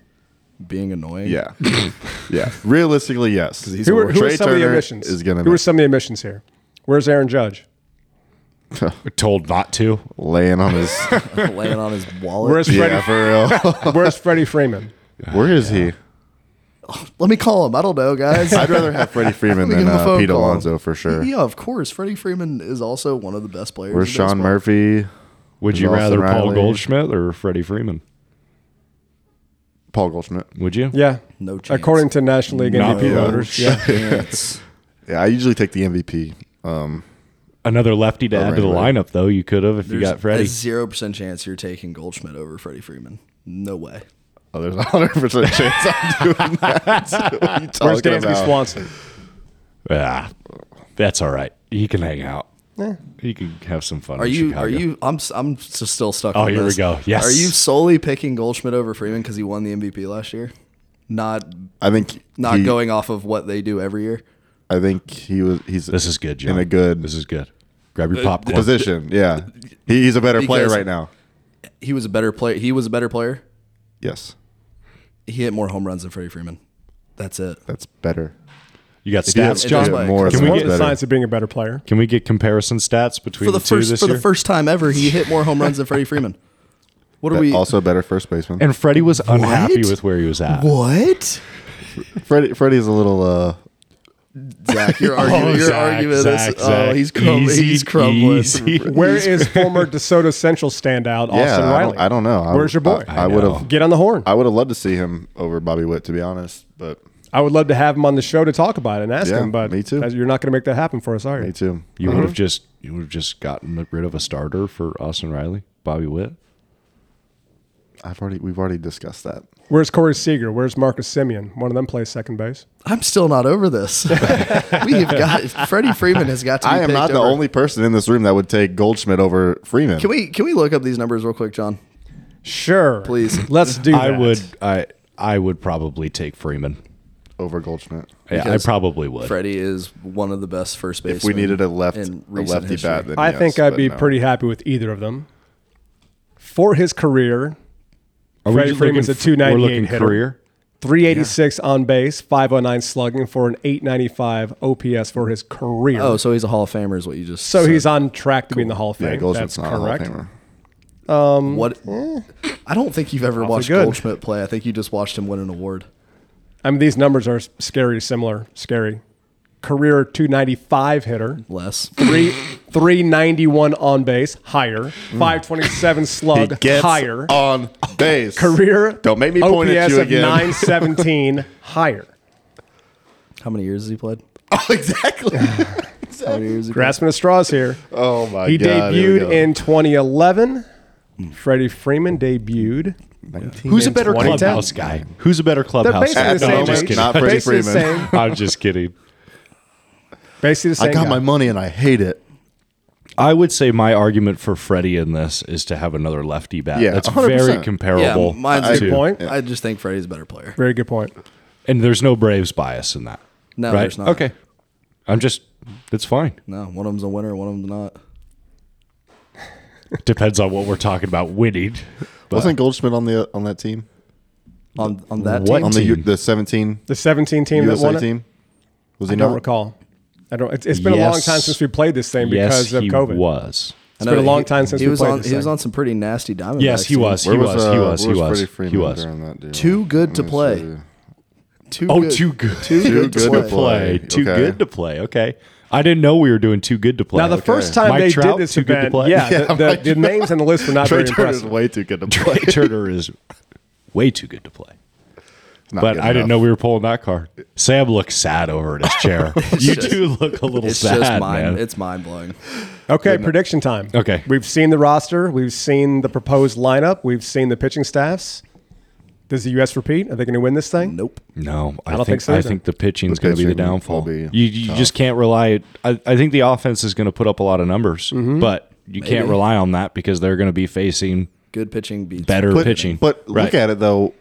being annoying.
Yeah, [laughs] yeah. Realistically, yes.
he's
Who are, who are
Trey
some of the
Turner
omissions?
is gonna
who are
miss.
some of the omissions here? Where's Aaron
[laughs]
Judge?
Told not to.
laying on his.
[laughs] laying on his wallet.
Where's Freddie?
yeah, for real.
Where's Freddie Freeman?
[laughs] Where is he?
Let me call him. I don't know, guys.
I'd
[laughs]
rather have Freddie Freeman
Let me
than
give him a
uh,
phone
Pete
call.
Alonso for sure.
Yeah, of course. Freddie Freeman is also one of the best players.
Where's
in
Sean
baseball.
Murphy?
Would
Is
you
Austin
rather Paul
Riley-
Goldschmidt or Freddie Freeman?
Paul Goldschmidt.
Would you?
Yeah.
No chance.
According to National League
Not
MVP
Pete
No
voters. Yeah.
[laughs]
chance.
Yeah, I usually take the MVP. Um,
Another lefty to add to the
right,
lineup, though. You could have if you
There's
got Freddie.
A zero percent chance you're taking Goldschmidt over Freddie Freeman.
[laughs]
No way.
oh, there's a hundred percent chance I'm doing that. What are
[laughs]
you
Where's
talking
Dansby
about?
Swanson?
Ah, that's all right. He can hang out. He can have some fun.
Are
in
you?
Chicago.
Are you? I'm. s- I'm s- still stuck.
Oh,
on
here we
this.
go. Yes.
Are you solely picking Goldschmidt over Freeman because he won the MVP last year? Not.
I think
Not
he-
going off of what they do every year.
I think he was. He's
This is good, John.
in a good
This is good. Grab
Uh,
your popcorn.
position. Yeah, he, he's a better player
Because-
right now.
He was a better player. He was a better player.
Yes,
He hit more home runs than Freddie Freeman. That's it.
that's better.
You got
If you
stats,
had-
John.
John?
if you had more,
Can
It's
we
we
one
get
of the signs of being a better player.
Can we get comparison stats between
For the
the, two
first
this
for the
year?
first time ever, he hit more home runs than Freddie Freeman. What are we?
also a better first baseman.
and Freddie was unhappy
What?
with where he was at.
what?
Freddie, Freddie's a little. Uh,
Zach, you're
[laughs]
arguing. you're
Oh, Zach,
arguing
Zach,
this. Oh,
Zach.
he's crumbling.
Easy,
he's crumbling.
[laughs]
easy. [laughs]
Where is former DeSoto Central standout Austin
yeah, I
Riley?
don't, I don't know. I-
Where's your boy?
I, I would
know.
have.
Get on the horn.
I would have loved to see him over Bobby Witt, to be honest. But
I would love to have him on the show to talk about it and ask
Yeah,
him, but
me too.
as- you're not going to make that happen for us, are you?
me too.
You would have just you would have just gotten rid of a starter for Austin Riley, Bobby Witt.
I've already. We've already discussed that.
Where's Corey Seager? Where's Marcus Simeon? One of them plays second base.
I'm still not over
[laughs]
this. we have got Freddie Freeman has got to. Be
I am
picked
not the
over.
only person in this room that would take Goldschmidt over Freeman.
Can we can we look up these numbers real quick, John?
Sure.
Please.
Let's do
I
that.
would I I would probably take Freeman.
over Goldschmidt?
Yeah, I
Because
probably would.
Freddie is one of the best first basemen.
If we needed a left, a
in recent
lefty
history.
bat, then
I
yes,
think I'd
but
be
no.
pretty happy with either of them. For his career,
Are
Freddie
just
Freeman's
looking
a
f- We're
298
looking
hitter.
career.
386 on base, 509 slugging for an 895 OPS for his career.
Oh, so he's a Hall of Famer, is what you just.
so
said.
he's on track to be in the Hall of Fame.
Yeah, Goldschmidt's
That's
not a Hall of
correct.
Famer.
what?
Eh.
I don't think you've ever watched
good.
Goldschmidt play. I think you just watched him win an award.
I mean, these numbers are scary, similar, scary. Career 295 hitter,
Less.
three 391 on base, higher, 527
Hmm. [laughs] He
slug,
gets
higher.
[laughs] on base.
career
Don't make me point at
OPS
you
of
again.
917 higher.
How many years has he played?
[laughs] Oh,
[laughs]
exactly.
How many years? has he played?
Grasping at straws here.
Oh my
he
god. here we
debuted
go. Hmm.
in 2011. Freddie Freeman debuted.
19
Who's a
and
better
20.
clubhouse guy? Who's a better
They're
clubhouse
basically
guy?
the
No,
same.
I'm
age.
just kidding.
Not Freddie
basically the
Freeman.
same.
I'm just kidding.
[laughs] Basically the same.
I got
guy.
my money and I hate it.
I would say my argument for Freddie in this is to have another lefty bat.
Yeah,
That's
100%.
very comparable.
Yeah, mine's
Good
too.
point.
I just think Freddie's a better player.
Very good point.
And there's no Braves bias in that.
No,
right?
there's not.
Okay. I'm just it's fine.
No, one of them's a winner, one of them's not.
[laughs] Depends on what we're talking about winning. But
Wasn't Goldschmidt on the on that team?
On on that
What?
team,
On the U-
Team.
the 17
The 17 team that won
USA
it.
team? Was he
I
not?
don't recall. I don't. It's, it's been a long
Yes.
time since we played this thing
yes,
because of
he
COVID.
was.
It's been a long time since
he
we
was
played
on.
this
He was
thing.
on some pretty nasty diamond.
Yes, he was. He
Where
was. He
uh,
was. He
where
was.
Freddie
He
Freeman
was.
during that deal?
Too good to
Let me
play.
see.
Too
Oh, too good. Too,
good to
good to play.
play.
Too
Okay.
good to play. Okay. I didn't know we were doing too good to play.
Now the
Okay.
first time
Mike
they
Trout,
did this
too good to
event,
play? [laughs]
yeah, the, the, the names on the list were not
Trey
very
Turner's
impressive.
way too good to
Trey
play.
Turner is way too good to play.
Not
But
good
I didn't know
enough.
we were pulling that card. Sam looks sad over
[laughs]
in his chair. you
just-
do look a little
It's
sad,
just mind.
man.
It's mind blowing.
Okay, prediction time.
Okay.
we've seen the roster, we've seen the proposed lineup, we've seen the pitching staffs. Does the U.S. repeat? Are they going to win this thing?
Nope.
No, I,
don't think
think,
so
I
either.
think the pitching's going to be the
pitching will
downfall.
be
you you just can't rely. I, I think the offense is going to put up a lot of numbers,
Mm-hmm.
but you can't rely on that because they're going to be facing
Good pitching beats
better
but,
pitching.
But
Right.
look at it though.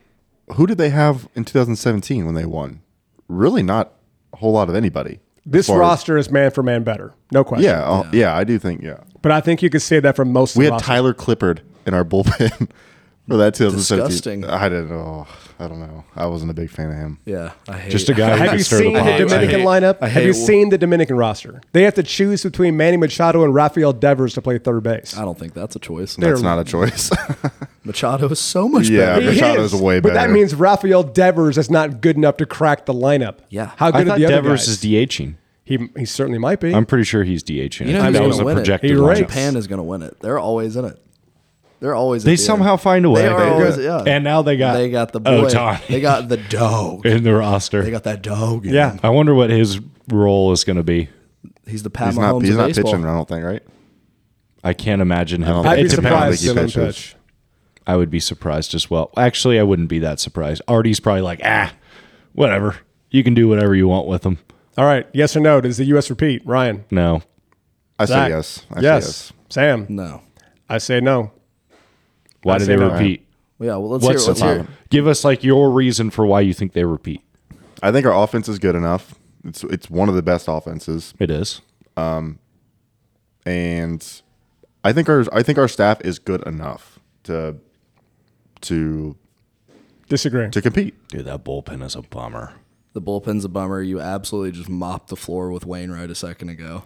Who did they have in 2017 when they won? Really, not a whole lot of anybody.
This
As far as-
roster is man for man better, no question.
yeah, uh, yeah, I do think. Yeah,
but I think you could say that for most. of
we had
the roster.
Tyler Clippard in our bullpen. [laughs] Well, that 2017.
Disgusting.
I didn't know. I don't know. I wasn't a big fan of him.
Yeah, I hate
Just a guy who
Have
can
you
stir the
seen the
pot.
Dominican
hate-
lineup?
I
Have
hate-
you seen the Dominican roster? They have to choose between Manny Machado and Rafael Devers to play third base.
I don't think that's a choice.
That's not a choice. [laughs]
Machado is so much
Yeah.
better.
He- Machado's way
but that
better.
means Rafael Devers is not good enough to crack the lineup.
Yeah.
how
I
good
thought
are the other
Devers
guys?
is DHing.
he he certainly might be.
I'm pretty sure he's DHing.
You know
I think
who's
that
gonna
was a
win it?
projected
He
lineup.
rakes.
Japan is going to win it. They're always in it. They're always. at
They
the
somehow
end.
find a way.
They are always, yeah.
And now they got
they got the boy.
Ohtani
They got the
[laughs]
dog.
in the roster.
They got that dog. in
yeah,
them.
I wonder what his role is going to be.
he's the Pat
he's
Mahomes
not. He's
of
not
baseball.
pitching. I don't think. Right.
I can't imagine him.
don't
It
I'd be
depends.
surprised
I
if
don't think
on
he
pitch.
I would be surprised as well. Actually, I wouldn't be that surprised. Artie's probably like, ah, whatever. You can do whatever you want with them.
All right, yes or no? Does the U.S. repeat? Ryan,
No.
I say
Zach?
yes. I
yes.
say yes.
Sam,
No.
I say no.
Why
I
do
say
they
no.
repeat?
Yeah. Well, let's
What's
hear. Let's
the
hear.
Give us like your reason for why you think they repeat.
I think our offense is good enough. It's it's one of the best offenses,
It is.
and I think our I think our staff is good enough to to
Disagree.
to compete.
Dude, that bullpen is a bummer.
The bullpen's a bummer. You absolutely just mopped the floor with Wainwright a second ago.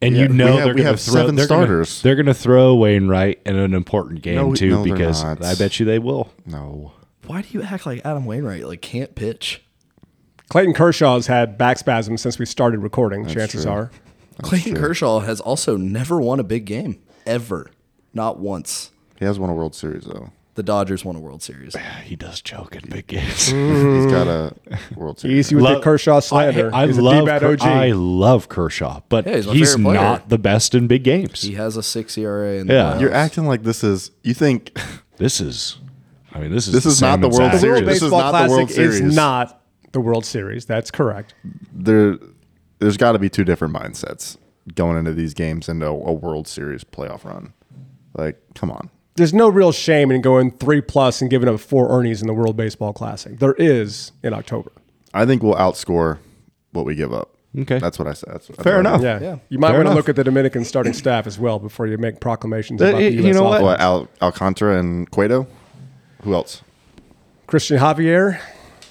And you
Yeah, we
know
have-
they're
we
going to
have
throw
seven
they're
starters.
Gonna, they're going to throw Wainwright in an important game
No,
too
no, they're
because
not.
I bet you they will.
No,
Why do you act like Adam Wainwright like can't pitch?
Clayton Kershaw's had back spasms since we started recording. chances
true.
are,
Clayton Kershaw has also never won a big game ever, not once.
he has won a World Series though.
The Dodgers won a
[sighs]
World Series.
He does choke at big games. [laughs]
He's got
[laughs]
a World Series.
easy with the Kershaw slander.
I, I
He's a
love
D-bat
Ker-
OG.
I love Kershaw, but
Yeah, he's
he's,
my favorite player.
not the best in big games.
He has a uh, six ERA. In
Yeah.
the
You're
playoffs.
acting like this is. You think
This is, I mean, this is
This is not
same
the World
exact-
the World
This is
Baseball
not the
Classic
World
is
Series.
not the World Series. That's correct.
there? There's got to be two different mindsets going into these games into a World Series playoff run. Like, come on.
There's no real shame in going three plus and giving up four earnings in the World Baseball Classic. There is in October.
I think we'll outscore what we give up.
Okay.
that's what I said. That's, that's
Fair
what I-
enough.
Yeah.
Yeah.
You might
Fair
want to
enough.
look at the Dominican starting staff as well before you make proclamations
Uh,
about the
you
U.S.
know what?
offense.
What Al, Alcantara and Cueto? Who else?
Christian Javier.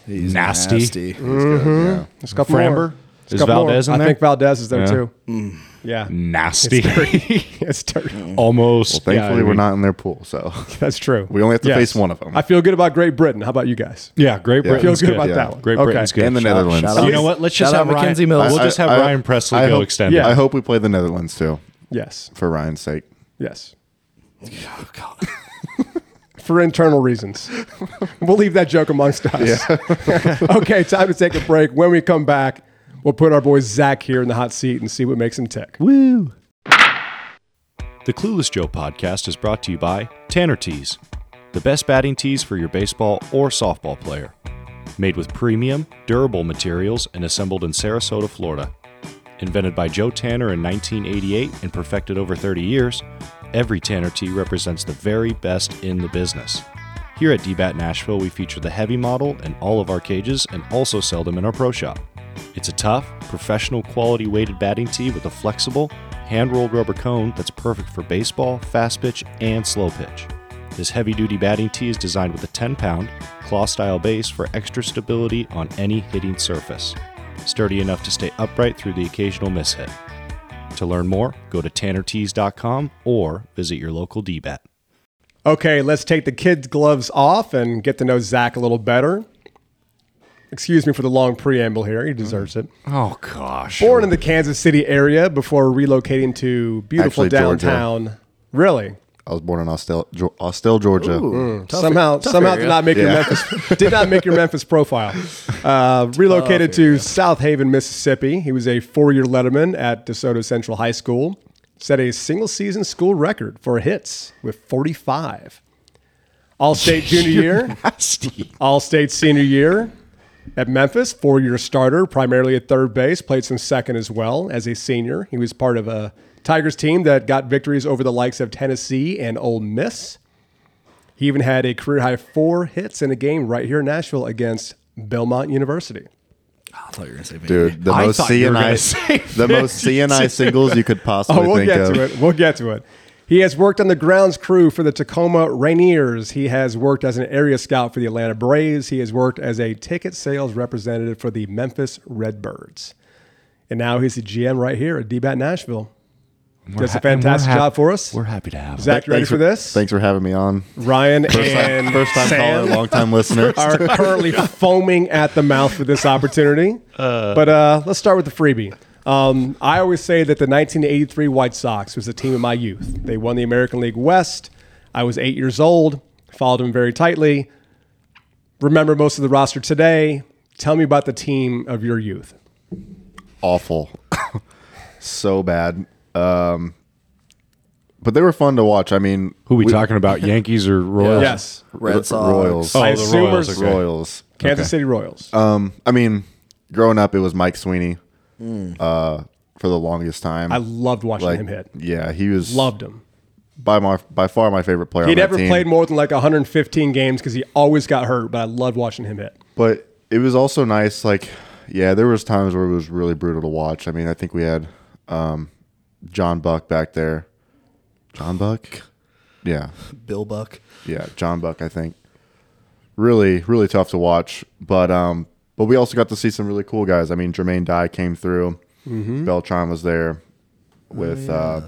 He's
[laughs]
Nasty.
nasty.
Yeah.
There's a couple
Framber?
more. There's a
Is
couple
Valdez
more.
in
I
there?
think Valdez is there
Yeah. Mm.
too.
Mm.
Yeah.
nasty.
[laughs] It's terrible.
[laughs] Almost.
Thankfully,
yeah, I
we're
mean-
not in their pool, so
That's true.
we only have to face one of them.
I feel good about Great Britain. How about you guys?
Yeah, Great Britain's
Feels good
good.
about
Yeah.
that one.
Great
Okay.
Britain's good.
[laughs] and the
Shout-
Netherlands.
shout
You
out-
know what? Let's
Shout
just
out
have Ryan.
Mackenzie Mills.
We'll
I-
just have
I-
Ryan Presley
I
go
hope-
extend.
Yeah.
I hope we play the Netherlands too,
Yes.
for Ryan's sake.
Yes.
Oh, God.
for internal reasons. [laughs] we'll leave that joke amongst us. [laughs] okay, time to take a break. When we come back, we'll put our boy Zach here in the hot seat and see what makes him tick.
Woo! The Clueless Joe podcast is brought to you by Tanner Tees, the best batting tees for your baseball or softball player. Made with premium, durable materials and assembled in Sarasota, Florida. Invented by Joe Tanner in 1988 and perfected over 30 years, every Tanner tee represents the very best in the business. Here at DBAT Nashville, we feature the heavy model in all of our cages and also sell them in our pro shop. It's a tough, professional quality weighted batting tee with a flexible, hand rolled rubber cone that's perfect for baseball, fast pitch, and slow pitch. This heavy duty batting tee is designed with a 10 pound, claw style base for extra stability on any hitting surface. Sturdy enough to stay upright through the occasional mishit. To learn more, go to tannertees.com or visit your local DBAT.
Okay, let's take the kid's gloves off and get to know Zach a little better. Excuse me for the long preamble here. He deserves it.
Oh, gosh.
Born in the Kansas City area before relocating to beautiful
Actually, Georgia.
downtown. Really?
I was born in Austell, Geo- Austell Georgia.
somehow, somehow did not make your
Yeah.
Memphis did not make your Memphis profile. Uh, relocated to South Haven, Mississippi. He was a four-year letterman at DeSoto Central High School. Set a single-season school record for hits with 45. All-state junior year, all-state senior year. At Memphis, four-year starter, primarily at third base, played some second as well as a senior. He was part of a Tigers team that got victories over the likes of Tennessee and Ole Miss. He even had a career high four hits in a game right here in Nashville against Belmont University.
I thought you were going to say
Dude, the
I
most
thought you were gonna
CNI,
say
the most CNI singles you could possibly
Oh, we'll
think
get
of.
to it. We'll get to it. He has worked on the grounds crew for the Tacoma Rainiers. He has worked as an area scout for the Atlanta Braves. He has worked as a ticket sales representative for the Memphis Redbirds. And now he's the GM right here at DBAT Nashville. Does a
ha- and we're
fantastic
hap-
job for us.
We're happy to have him.
Zach, you ready for, this?
Thanks for having me on.
Ryan and
First time
Sam
caller, long
[laughs]
time listener.
are currently foaming at the mouth for this opportunity. but uh, let's start with the freebie. Um, I always say that the 1983 White Sox was the team of my youth. They won the American League West. I was eight years old, followed them very tightly. Remember most of the roster today. Tell me about the team of your youth.
awful, [laughs] so bad. Um, but they were fun to watch. I mean,
Who we, talking about? Yankees or Royals?
Yes.
Ro-
Red Sox.
Royals,
Oh,
I
the
assume
Royals.
it's
Okay.
Royals.
Kansas City Royals.
Um, I mean, growing up, it was Mike Sweeney.
Hmm.
Uh, for the longest time,
I loved watching him hit.
Yeah, he was
Loved him.
by my by far my favorite player.
He
on that
never
team.
played more than like 115 games because he always got hurt, but I loved watching him hit.
but it was also nice like yeah there was times where it was really brutal to watch i mean i think we had um, john buck back there john buck yeah
Bill Buck.
yeah john buck i think really really tough to watch but um but we also got to see some really cool guys i mean jermaine dye came through beltran was there with uh,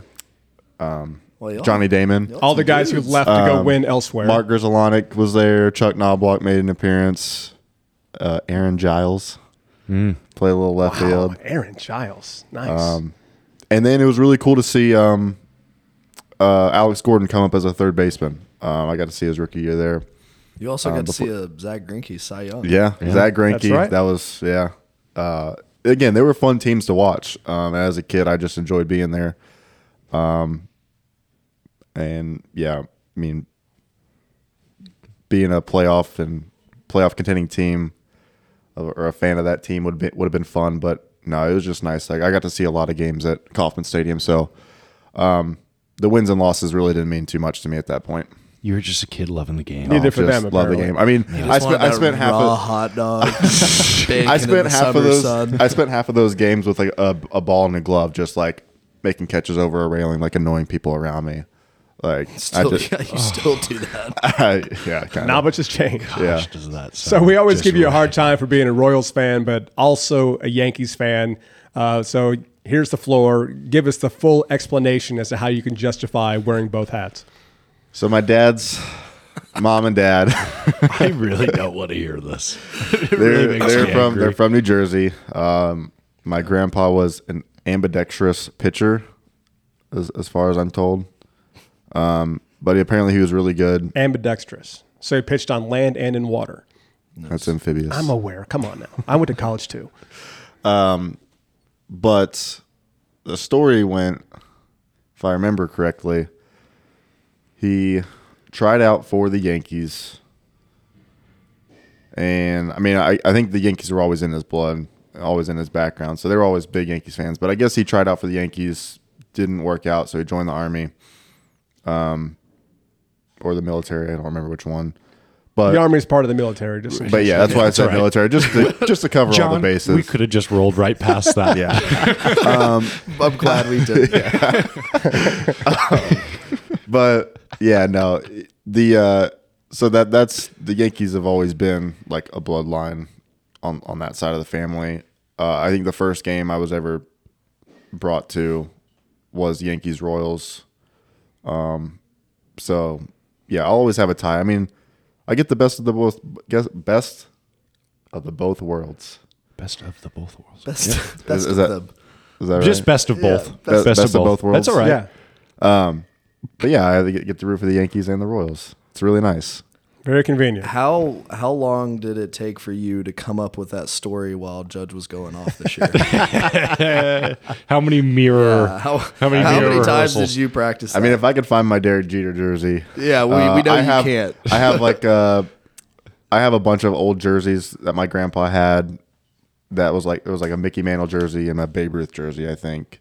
Well, y'all-
johnny damon
All the guys who left to
Um,
go win elsewhere.
mark Grizzolonic was there chuck knoblock made an appearance uh, aaron giles play a little left field Um,
Oh, Aaron Giles. Nice.
and then it was really cool to see um, uh, Alex Gordon come up as a third baseman. Um, I got to see his rookie year there.
You also
uh,
got to see a Zach Greinke Cy Young.
Yeah, Zach Greinke.
right.
That was yeah. Uh, again, they were fun teams to watch. Um, and as a kid, I just enjoyed being there. Um, and yeah, I mean, being a playoff and playoff contending team or or a fan of that team would be would have been fun. But no, it was just nice. Like I got to see a lot of games at Kauffman Stadium, so um, the wins and losses really didn't mean too much to me at that point.
You were just a kid loving the game.
Neither- Good for
Just
them,
love the
apparently.
game. I mean, I spent I spent half
raw
of, [laughs]
hot dog.
I spent half of those. I spent half of those games with like a, a ball and a glove, just like making catches over a railing, like annoying people around me. Like
[laughs] Still,
I just, [laughs]
[laughs]
yeah, you still do that.
I, yeah, kind
now,
of.
but just changed.
Yeah,
Gosh, does
[laughs]
that
So we always
just
give you a
right.
hard time for being a Royals fan, but also a Yankees fan. Uh, so here's the floor. Give us the full explanation as to how you can justify wearing both hats.
So my dad's mom and
[laughs]
dad,
I really don't want to hear this. It
they're
really makes
they're
me
from
angry.
they're from New Jersey. Um, my grandpa was an ambidextrous pitcher, as, as far as I'm told. Um, but apparently he was really good.
Ambidextrous. So he pitched on land and in water.
That's amphibious.
I'm aware. Come on now. I went to college too.
but the story went, if I remember correctly, he tried out for the Yankees. And I mean, I, I think the Yankees were always in his blood, always in his background. So they were always big Yankees fans. But I guess he tried out for the Yankees, didn't work out. So he joined the Army um, or the military. I don't remember which one. [laughs] But,
The Army is part of the military. Just
but yeah, that's why I said
right.
military, just to, just to cover all the
John,
bases.
[laughs] we could have just rolled right past that.
yeah. Um,
I'm glad we did.
but yeah, no, the uh, so that that's the Yankees have always been like a bloodline on on that side of the family. Uh, I think the first game I was ever brought to was Yankees Royals. Um, so yeah, I always have a tie. I mean, I get the best of the both, guess best of the both worlds.
Best of the both worlds.
Best, best
Is- is
of
that-
them.
Is that
Just
right?
best of both.
best-
best,
best
of both. worlds. That's all right.
Yeah.
But yeah, I get, get to root for the Yankees and the Royals. It's really nice.
Very convenient.
How how long did it take for you to come up with that story while Judge was going off
[laughs]
this year?
How many mirror?
Uh, how
How many mirror
times
rehearsals?
did you practice?
I
that?
mean, if I could find my Derek Jeter jersey, uh,
Yeah, we- we know
I
you
have,
can't.
I
[laughs]
have like uh, I have a bunch of old jerseys that my grandpa had. That was like it was like a Mickey Mantle jersey and a Babe Ruth jersey, I think.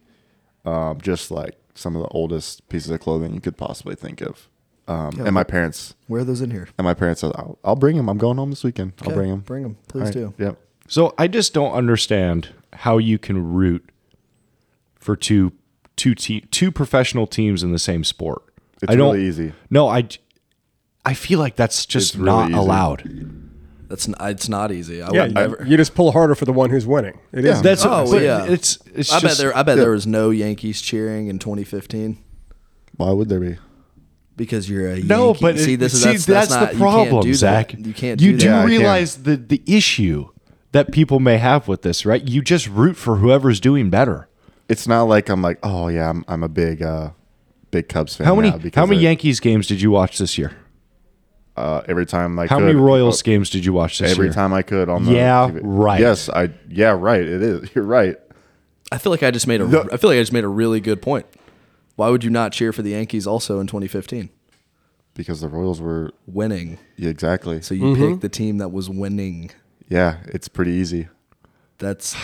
Um, just like some of the oldest pieces of clothing you could possibly think of. Um, and my parents
where are those in here?
and my parents said, "I'll, I'll bring him. I'm going home this weekend. I'll
Okay,
bring him.
Bring them,
All
please
right.
do.
Yep.
[laughs] So I just don't understand how you can root for two two te- two professional teams in the same sport.
It's
I don't
really easy.
No, I I feel like that's just
It's really
not
easy.
allowed.
That's n- it's not easy. I
Yeah,
would
you,
never.
you just pull harder for the one who's winning. It is.
That's
Oh,
but
yeah.
It's it's
I bet
just
there. I bet there was no Yankees cheering in 2015
Why would there be?
because you're a
no,
Yankee.
but
see,
it-
this is
see,
that's, that's, not,
the
you can't
problem,
do that.
Zach.
You can't.
You
do,
do
that.
I can't.
realize the the issue that people may have with this, right? You just root for whoever's doing better.
It's not like I'm like, oh yeah, I'm, I'm a big uh, big Cubs fan.
How many
now because
how many
I-
Yankees games did you watch this year?
Uh, every time I
How
could,
many Royals games did you watch this
Every
year?
time I could on the
Yeah,
TV.
right.
Yes, I yeah right. It is. [laughs] You're right.
I feel like I just made a. I feel like I just made a really good point. Why would you not cheer for the Yankees also in 2015?
Because the Royals were
Winning,
yeah, exactly.
so you pick the team that was winning.
yeah, it's pretty easy.
That's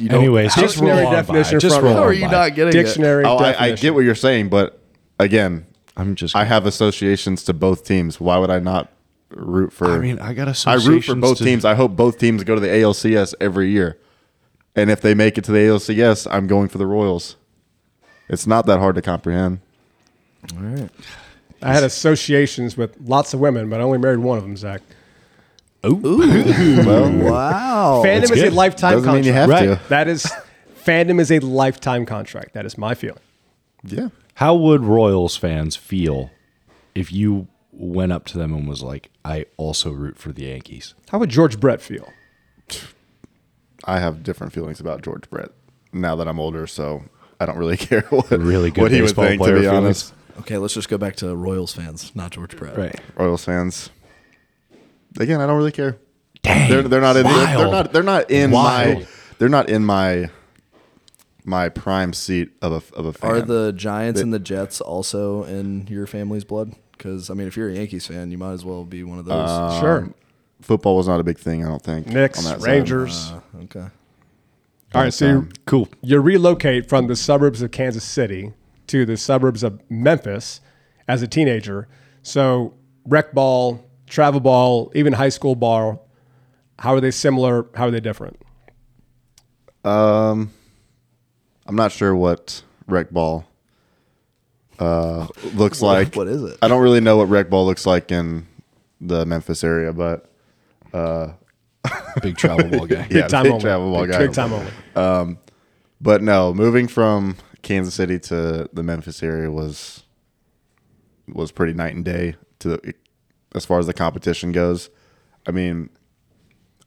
you don't-
Anyways, just roll
Dictionary
on
definition
by.
of
Just
front
roll
runner.
How
on
are you
by.
not getting it?
Dictionary.
Oh, I, I
definition.
get what you're saying, but again,
I'm just.
I have associations to both teams. Why would I not root for?
I mean, I got
I
associations.
root for both
to-
teams. I hope both teams go to the ALCS every year, and if they make it to the ALCS, I'm going for the Royals. It's not that hard to comprehend.
I had associations with lots of women, but I only married one of them, Zach.
Wow.
fandom is
good.
a lifetime
Doesn't
contract.
mean you have
Right.
to.
That is, fandom is a lifetime contract. That is my feeling.
Yeah,
How would Royals fans feel if you went up to them and was like, "I also root for the Yankees"?
How would George Brett feel?
I have different feelings about George Brett now that I'm older, so I don't really [laughs] care what
Really good
what he would
baseball
think. To
player
be honest,
Okay, let's just go back to Royals fans, not George Brett.
Royals fans. Again, I don't really care.
Dang.
They're they're not in they're, they're
Wild.
not they're not in
Wild.
my they're not in my my prime seat of a of a fan.
Are the Giants and the Jets also in your family's blood? Because I mean, if you're a Yankees fan, you might as well be one of those.
Uh.
sure.
football was not a big thing? I don't think.
Knicks,
Um, on that uh, side.
Rangers.
okay.
All right, so you,
Cool.
you relocate from the suburbs of Kansas City to the suburbs of Memphis as a teenager. So rec ball, travel ball, even high school ball. How are they similar? How are they different?
I'm not sure what rec ball uh, looks like.
what is it?
I don't really know what rec ball looks like in the Memphis area, but
Big travel ball guy.
[laughs] yeah, big
only.
travel ball
big,
guy.
Big time only.
But no, moving from Kansas City to the Memphis area was was pretty night and day to the, as far as the competition goes. I mean,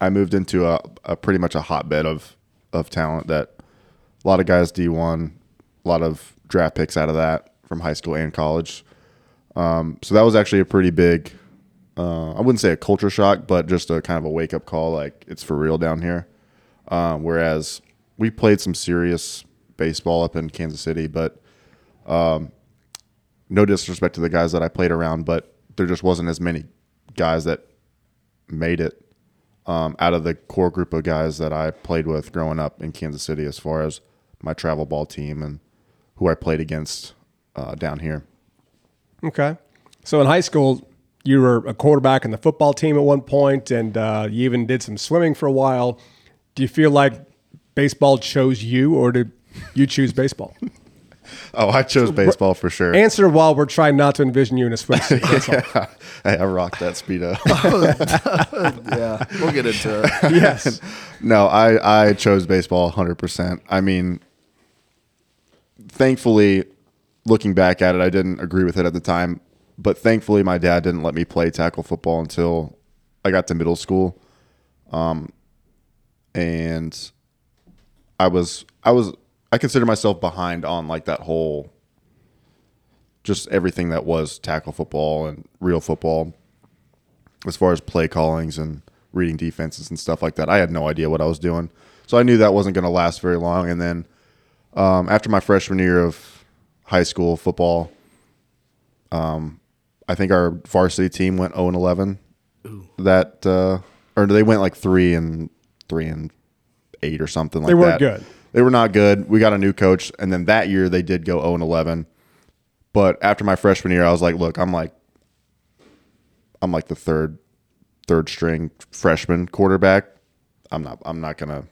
I moved into a, a pretty much a hotbed of of talent that a lot of guys D one, a lot of draft picks out of that from high school and college. Um, so that was actually a pretty big. Uh, I wouldn't say a culture shock, but just a kind of a wake up call. Like it's for real down here. Um, whereas we played some serious baseball up in Kansas City, but um, no disrespect to the guys that I played around, but there just wasn't as many guys that made it um, out of the core group of guys that I played with growing up in Kansas City, as far as my travel ball team and who I played against uh, down here.
Okay. So in high school, you were a quarterback in the football team at one point, and uh, you even did some swimming for a while. Do you feel like baseball chose you, or did you choose baseball?
[laughs] Oh, I chose baseball for sure.
Answer while we're trying not to envision you in a
[laughs]
swimsuit. That's all.
Hey, I rocked that speedo.
Yeah, we'll get into
[laughs]
it.
Yes.
no, I I chose baseball 100%. I mean, thankfully, looking back at it, I didn't agree with it at the time, but thankfully, my dad didn't let me play tackle football until I got to middle school, um, and I was I was I consider myself behind on like that whole just everything that was tackle football and real football as far as play callings and reading defenses and stuff like that. I had no idea what I was doing, so I knew that wasn't going to last very long. And then um, after my freshman year of high school football, um, I think our varsity team went zero and eleven. That uh, or they went like three and three and eight or something like
They
that.
weren't good.
They were not good. We got a new coach, and then that year they did go zero and eleven. But after my freshman year, I was like, look, I'm like, I'm like the third, third string freshman quarterback. I'm not. I'm not gonna.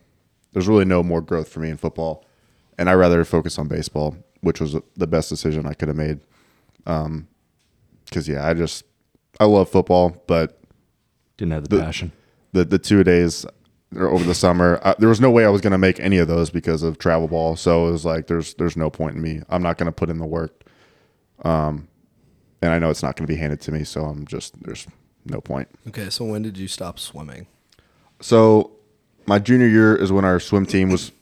There's really no more growth for me in football, and I rather focus on baseball, which was the best decision I could have made. Um, Because yeah, I just I love football, but
Didn't have the, passion.
the the two days or over the summer, I, there was no way I was going to make any of those because of travel ball. So it was like there's there's no point in me. I'm not going to put in the work. Um, and I know it's not going to be handed to me, so I'm just there's no point.
Okay, so when did you stop swimming?
So my junior year is when our swim team was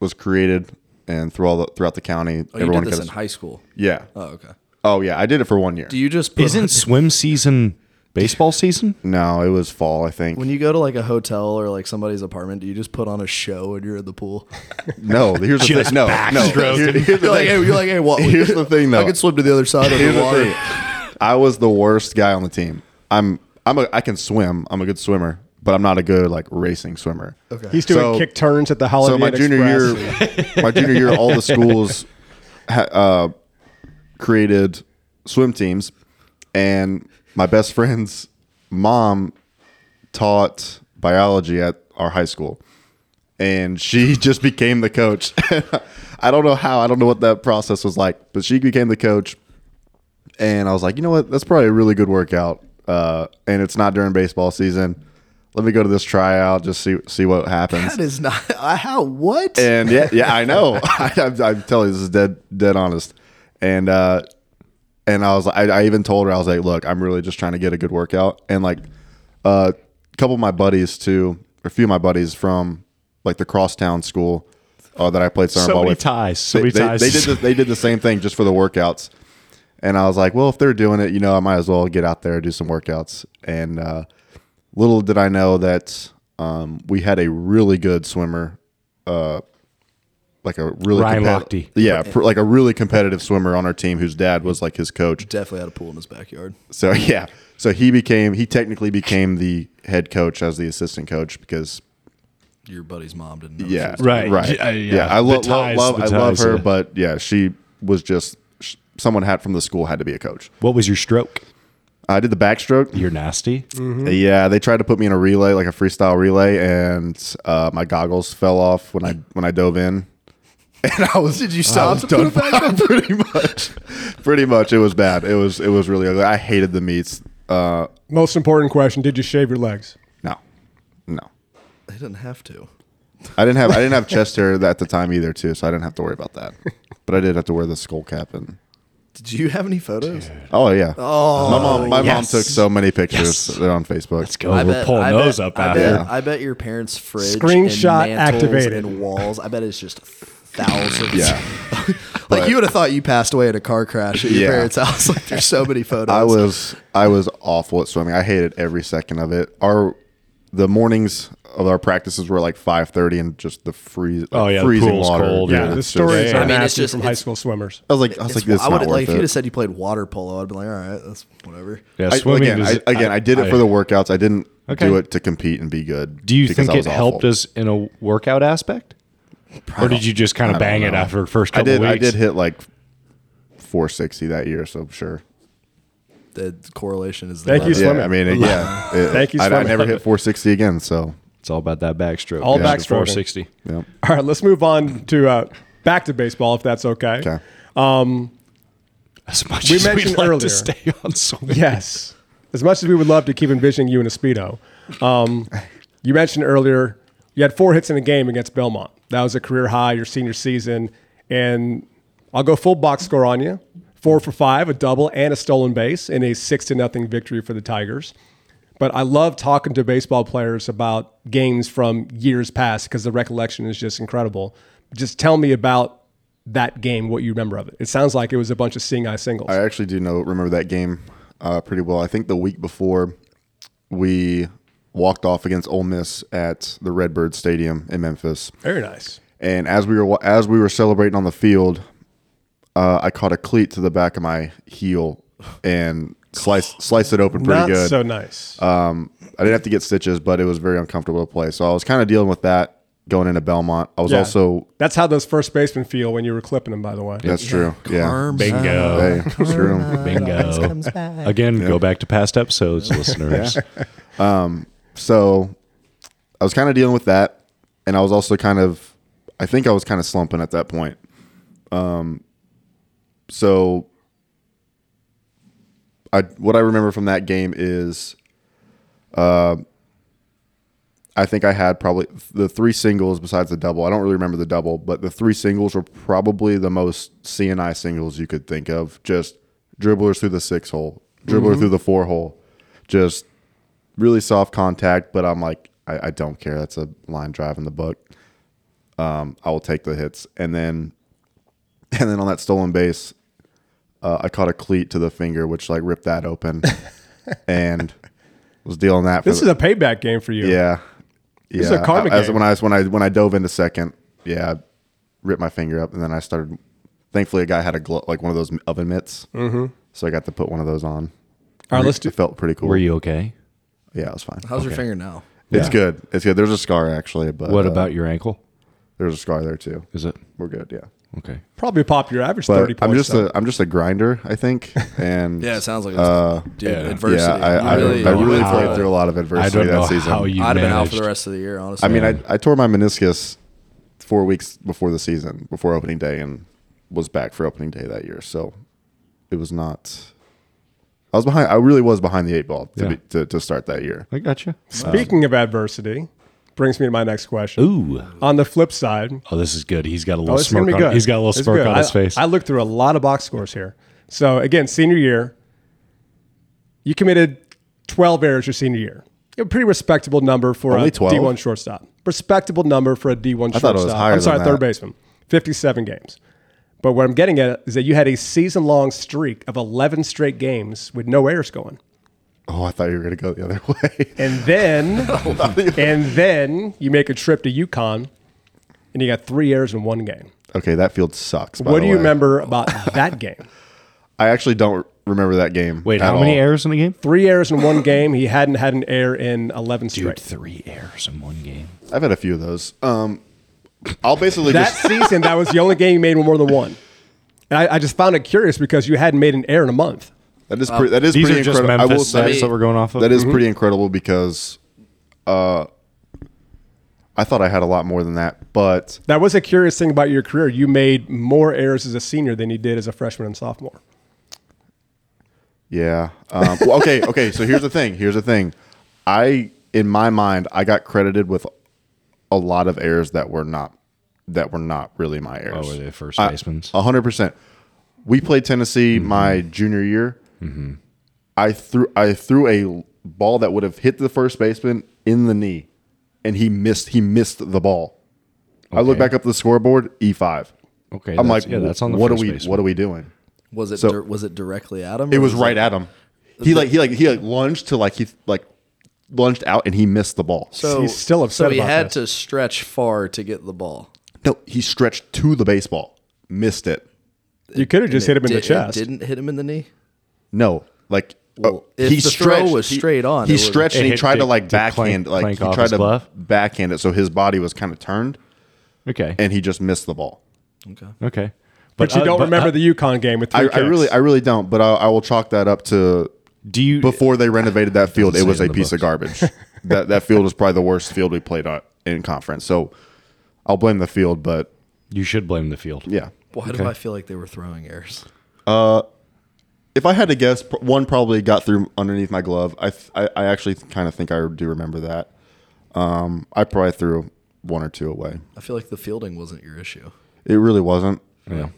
was created, and through all the, throughout the county,
Oh, you did this
got
in
a-
high school.
Yeah.
Oh, okay.
Oh yeah, I did it for one year.
Do you just put
Isn't swim season baseball season?
no, it was fall, I think.
[laughs] when you go to like a hotel or like somebody's apartment? Do you just put on a show when you're in the pool? [laughs]
no, here's the thing. No, no. Here- [laughs] here's the
You're like,
thing.
hey, you're like, hey,
[laughs]
what?
Here's the thing, though.
I can swim to the other side of
Here's
the
the
water.
thing. I was the worst guy on the team. I'm I'm a I can swim. I'm a good swimmer, but I'm not a good like racing swimmer.
Okay.
He's doing
So-
kick turns at the Holiday
So my
Inn
junior
Express.
year, my junior year, all the schools ha- uh, created swim teams, and my best friend's mom taught biology at our high school, and she [laughs] just became the coach. [laughs] I don't know how. I don't know what that process was like, but she became the coach, and I was like, you know what? That's probably a really good workout. Uh, and it's not during baseball season. Let me go to this tryout, just see see what happens.
That is not I, how. What?
And yeah, yeah, I know. [laughs] I, I'm, I'm telling you, this is dead, dead honest. And uh, and I was, I, I even told her, I was like, look, I'm really just trying to get a good workout. And like, uh, a couple of my buddies too, or a few of my buddies from like the crosstown school uh, that I played summer
So
ball
many
with.
ties, so
they,
many
they-
ties.
They did, the, they did the same thing just for the workouts. And I was like, well, if they're doing it, you know, I might as well get out there do some workouts. And uh, little did I know that um, we had a really good swimmer, uh, like a really
Ryan
compet-
Lochte.
yeah, pr- like a really competitive swimmer on our team whose dad was like his coach.
Definitely had a pool in his backyard.
So [laughs] yeah, so he became he technically became the head coach as the assistant coach because
Your buddy's mom didn't. Know
yeah,
She was
Right.
right,
Yeah,
yeah.
yeah.
I
The
lo- lo-
ties,
love,
the
I love
ties,
her,
yeah.
but yeah, she was just sh- someone had from the school had to be a coach.
What was your stroke?
I did the backstroke.
You're nasty.
Mm-hmm.
Yeah, they tried to put me in a relay, like a freestyle relay, and uh, my goggles fell off when I when I dove in. [laughs] And I was
Did you stop to put it back
[laughs] on? pretty much. Pretty much, it was bad. It was it was really ugly. I hated the meets. Uh,
Most important question: Did you shave your legs?
no, no,
They didn't have to.
I didn't have I didn't have chest hair at the time either, too, so I didn't have to worry about that. But I did have to wear the skull cap and.
Did you have any photos?
Oh yeah. Oh, my mom. My
yes.
mom took so many pictures. They're on Facebook.
Let's go. We're pulling
I
those
bet-
up
I
out
bet,
here.
I bet your parents' fridge
Screenshot
and mantles
activated.
and walls. I bet it's just thousands.
Yeah.
[laughs] like you would have thought you passed away in a car crash at your
Yeah.
parents' house. [laughs] Like there's so many
[laughs]
photos.
I was I was awful at swimming. I hated every second of it. Our the mornings of our practices were like five thirty, and just the freeze,
Oh, yeah, the
freezing
pool's
water.
cold,
Yeah,
Yeah,
the
it's
stories
just-
are
I mean,
nasty
it's just-
from high
it's-
school swimmers.
I was like, I was like, this is
I
not
would
worth
like if
it.
you just said you played water polo, I'd be like, all right, that's whatever.
Yeah,
I,
swimming
again,
is-
I, again, I, did it
I-
for the workouts. I didn't
Okay.
do it to compete and be good.
Do you
because
think
I was
it helped
awful.
us in a workout aspect? Or did you just kind of bang it after the first
I
couple
did.
weeks?
I did hit like four sixty that year, so sure.
The correlation is
Thank
there.
you,
Yeah,
Swimming.
I mean,
[laughs]
it- yeah. it-
Thank you,
I, I
swimming.
never hit four sixty again, so
It's all about that backstroke.
All
Yeah.
backstroke.
460.
yeah.
All right, let's move on to uh, back to baseball, if that's okay.
Okay.
As much
We
as we'd
mentioned
like
earlier.
to stay on swimming.
Yes. As much as we would love to keep envisioning you in a speedo, um, you mentioned earlier you had four hits in a game against Belmont. That was a career high your senior season, and I'll go full box score on you: four for five, a double, and a stolen base in a six to nothing victory for the Tigers. But I love talking to baseball players about games from years past because the recollection is just incredible. Just tell me about that game, what you remember of it. It sounds like it was a bunch of seeing eye singles.
I actually do know remember that game uh, pretty well. I think the week before we walked off against Ole Miss at the Redbird Stadium in Memphis,
Very nice.
and as we were wa- as we were celebrating on the field, uh, I caught a cleat to the back of my heel and sliced sliced it open pretty
Not
good. Uh,
so nice.
I didn't have to get stitches, but it was very uncomfortable to play. So I was kind of dealing with that going into Belmont. I was
Yeah.
also
That's how those first basemen feel when you were clipping them, by the way.
that's true. Yeah.
Arms out.
Bingo.
Hey, screw 'em.
Bingo.
[laughs]
Again, go back to past episodes, listeners.
so I was kind of dealing with that, and I was also kind of, I think I was kind of slumping at that point. Um, so I what I remember from that game is, uh, I think I had probably the three singles besides the double. I don't really remember the double, but the three singles were probably the most CNI singles you could think of. Just dribblers through the six hole, dribbler
Mm-hmm.
through the four hole, just really soft contact. But I'm like, I, I don't care. That's a line drive in the book. Um, I will take the hits, and then, [laughs] and then on that stolen base, uh, I caught a cleat to the finger, which like ripped
[laughs]
that open, and was dealing that. For
This
the-
is a payback game for you.
yeah. Yeah.
is a karma
I- as-
game.
When I was- when I when I dove into second, yeah, I ripped my finger up, and then I started. Thankfully, a guy had a glo- like one of those oven mitts, mm-hmm. so I got to put one of those on.
All right, let's do.
It felt pretty cool.
Were you okay?
Yeah, it was fine.
How's your finger now?
It's good. It's good. There's a scar actually, but
What
uh,
about your ankle?
There's a scar there too.
Is it
We're good. Yeah,
okay?
Probably pop your average
but
thirty points.
I'm just
though.
a I'm just a grinder, I
[laughs]
think, and
Yeah, it sounds like it.
Uh,
dude,
yeah.
adversity.
Yeah, I, I,
You
I
know
really
how-
played through a lot of
I
adversity
don't know
that season.
how you.
I'd have been out for
managed.
the rest of the year, honestly.
I mean, I, I tore my meniscus four weeks before the season, before opening day, and was back for opening day that year. So it was not. I was behind. I really was behind the eight ball to,
Yeah.
be, to, to start that year.
I got you.
uh,
Speaking of adversity, brings me to my next question.
Ooh.
On the flip side,
Oh, this is good. He's got a little
Oh, this is gonna
smirk.
be
On,
good.
He's got a little
This is
smirk
good.
on
I-
his face.
I looked through a lot of box scores here. So again, senior year, you committed 12 errors your senior year. A pretty respectable number for
Only
a
12?
D1 shortstop. Respectable number for a D1 shortstop.
thought it was higher
I'm sorry,
than
third
that.
baseman. 57 games. But what I'm getting at is that you had a season long streak of 11 straight games with no errors going.
Oh, I thought you were going to go the other [laughs] way.
And
[laughs]
then, and then you make a trip to Yukon and you got three errors in one game.
okay, that field sucks. by
what
the
do you
way.
remember about that game?
I actually don't remember that game.
Wait,
at
how many
all.
errors in the
[laughs]
game?
Three errors in one game. He hadn't had an error in 11 straight.
three errors in one game. Oh,
I've had a few of those. Um, I'll basically
that
just.
season, that was the only game you made with more than one. And I, I just found it curious because you hadn't made an error in a month.
That is pretty. That is
These
pretty
are just
incredible. I will
Memphis
say
stats that we're going off of. Mm-hmm.
That is pretty incredible because, uh, I thought I had a lot more than that, but
That was a curious thing about your career. You made more errors as a senior than you did as a freshman and sophomore.
Yeah. Um, well, okay. [laughs] Okay. So here's the thing. Here's the thing. I, in my mind, I got credited with a lot of errors that were not that were not really my errors.
Oh, were they first
I-
basemans?
A hundred percent. We played Tennessee
Mm-hmm.
my junior year. I threw I threw a ball that would have hit the first baseman in the knee, and he missed he missed the ball. I look
Okay.
back up the scoreboard E five.
Okay,
I'm
that's-
like,
yeah, that's on the
what
first
are we
baseman.
what are we doing?
was it
so-
dir- was it directly at him?
It
or
was right at him. He like he like he like lunged to like he like lunged out and he missed the ball.
So
He's still upset
So he
about
had
this.
to stretch far to get the ball.
no, he stretched to the baseball, missed it.
You could have just hit
And
him in
it
the
di-
chest.
It didn't hit him in the knee.
No, like
Well,
uh,
if
he
the throw
stretched.
was
he-
straight on,
He
it was-
stretched
It
and he
hit-
tried to
did-
like
did clank-
backhand, like
clank
he
off
tried
his
to
glove?
backhand it, so his body was kind of turned
Okay.
and he just missed the ball.
Okay.
okay.
but, you
uh,
don't remember
uh,
the Yukon game with
I,
three
I really,
kicks.
I really don't. But I, I will chalk that up to
do you
before they renovated that field, it
say
was
it in
a
the
piece of garbage. that that field was probably the worst field we played on in conference. So I'll blame the field, but
you should blame the field.
yeah.
Why do I feel like they were throwing errors?
If I had to guess, pr- one probably got through underneath my glove. I th- I, I actually kind of think I do remember that. Um, I probably threw one or two away.
I feel like the fielding wasn't your issue.
It really wasn't. Um,
Yeah.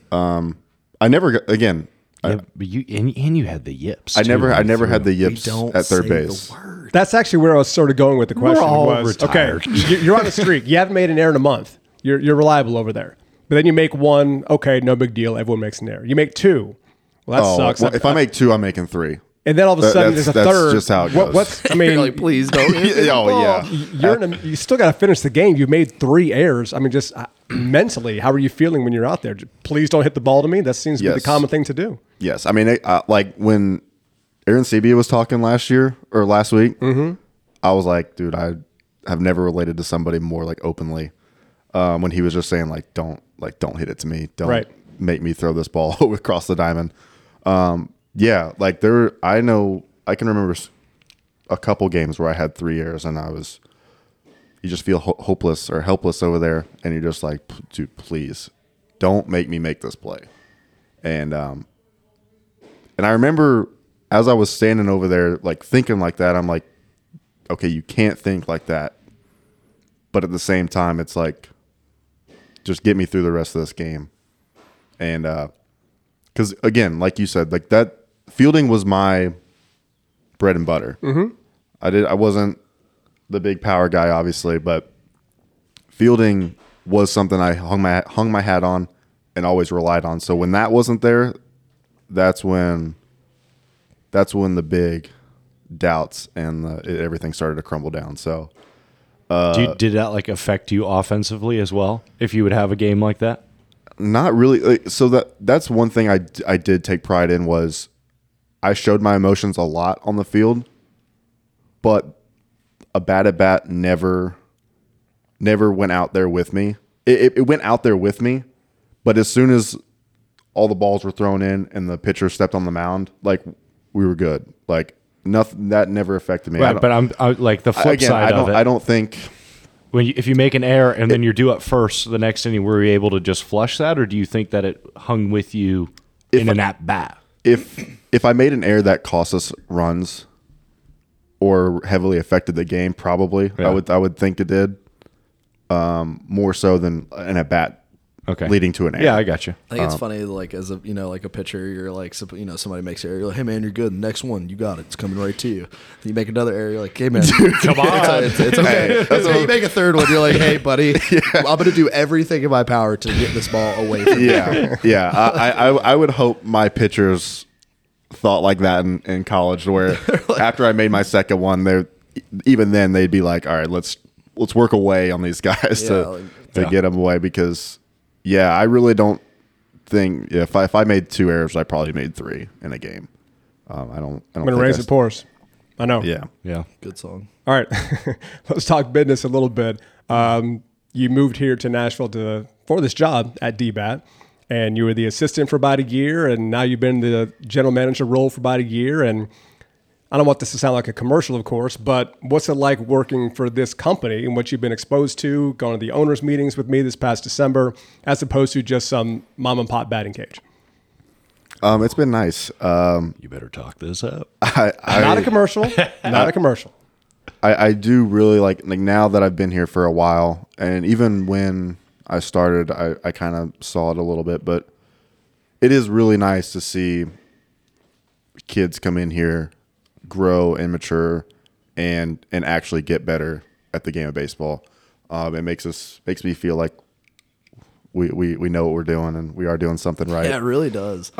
I never got- again.
Yeah, but you and, and you had the yips.
I
too,
never I
when you
never
threw
had the
them.
We
yips
don't
at third
say
base.
The word.
That's actually where I was sort of going with the question.
all
was,
retired.
Okay, you- you're on a streak. You haven't made an error in a month. You're, you're reliable over there. But then you make one. Okay, no big deal. Everyone makes an error. You make two. Well, that
Oh,
sucks.
well, if I make two, I'm making three. [laughs]
and then all of a
That-
sudden
that's-
there's a
that's
third.
just how it
What-
goes.
what's I
[laughs] You're
mean?
like, please don't. hit the
oh
ball."
yeah.
you're in a, you still got to finish the game. You made three errors. I mean, just uh, [clears throat] mentally, how are you feeling when you're out there? J- Please don't hit the ball to me. That seems to be
Yes.
the common thing to do.
Yes, I mean, it, uh, like when Aaron Sebi was talking last year or last week, I was like, dude, I have never related to somebody more like openly um, when he was just saying like, don't like, don't hit it to me, don't
Right.
make me throw this ball [laughs] across the diamond. Um, yeah, like there, I know I can remember s- a couple games where I had three errors and I was, you just feel ho- hopeless or helpless over there, and you're just like, "P- dude, please, don't make me make this play, and um, and I remember as I was standing over there, like thinking like that, I'm like, okay, you can't think like that. But at the same time, it's like, just get me through the rest of this game. And, uh, because again, like you said, like that fielding was my bread and butter. Mm-hmm. I did, I wasn't the big power guy, obviously, but fielding was something I hung my hung my hat on and always relied on. So when that wasn't there, that's when that's when the big doubts and the, e, everything started to crumble down. So
Do
uh,
you, did that like affect you offensively as well? If you would have a game like that,
not really. like, So that that's one thing I I did take pride in was I showed my emotions a lot on the field, but a bat at bat never never went out there with me. It, it, it went out there with me, but as soon as all the balls were thrown in and the pitcher stepped on the mound, like we were good. Like nothing that never affected me. I
right?
don't-
But I'm I, like the flip
again,
side
I don't
of it.
I don't think
when you, if you make an error and then you're due up first the next inning, were you able to just flush that, or do you think that it hung with you in an at bat?
if if I made an error that cost us runs or heavily affected the game, probably
Yeah.
I would I would think it did. Um, more so than an at bat
Okay,
leading to an error.
Yeah, I got you.
I think
Um,
it's funny, like as a you know, like a pitcher, you're like, supp- you know, somebody makes an error, you're like, hey man, you're good. Next one, you got it. It's coming right to you. Then you make another error, you're like, hey
[laughs]
man, come on, [laughs] it's, it's okay. So you make a third one, you're like, hey buddy,
[laughs]
I'm gonna do everything in my power to get this ball away. From you.
yeah, yeah. I, I I would hope my pitchers thought like that in, in college, where after I made my second one, they even then they'd be like, all right, let's let's work away on these [laughs] guys
Yeah,
to
like-
to get them away because yeah, I really don't think if I if I made two errors, I probably made three in a game. Um, I don't. I don't
I'm going
think
to raise
I
the
s-
pores. I know.
Yeah.
Yeah,
[laughs] Good song.
All right. [laughs] Let's talk business a little bit. Um, you moved here to Nashville to for this job at DBAT, and you were the assistant for about a year, and now you've been in the general manager role for about a year. And I don't want this to sound like a commercial, of course, but what's it like working for this company and what you've been exposed to, going to the owners' meetings with me this past December, as opposed to just some mom and pop batting cage?
Um, it's been nice. Um,
you better talk this up.
I, I
Not a commercial. not a commercial.
I, I do really like like now that I've been here for a while, and even when I started, I, I kind of saw it a little bit, but it is really nice to see kids come in here, grow and mature, and and actually get better at the game of baseball. Um, it makes us makes me feel like we, we we know what we're doing and we are doing something right. Uh,
Yeah, it really does.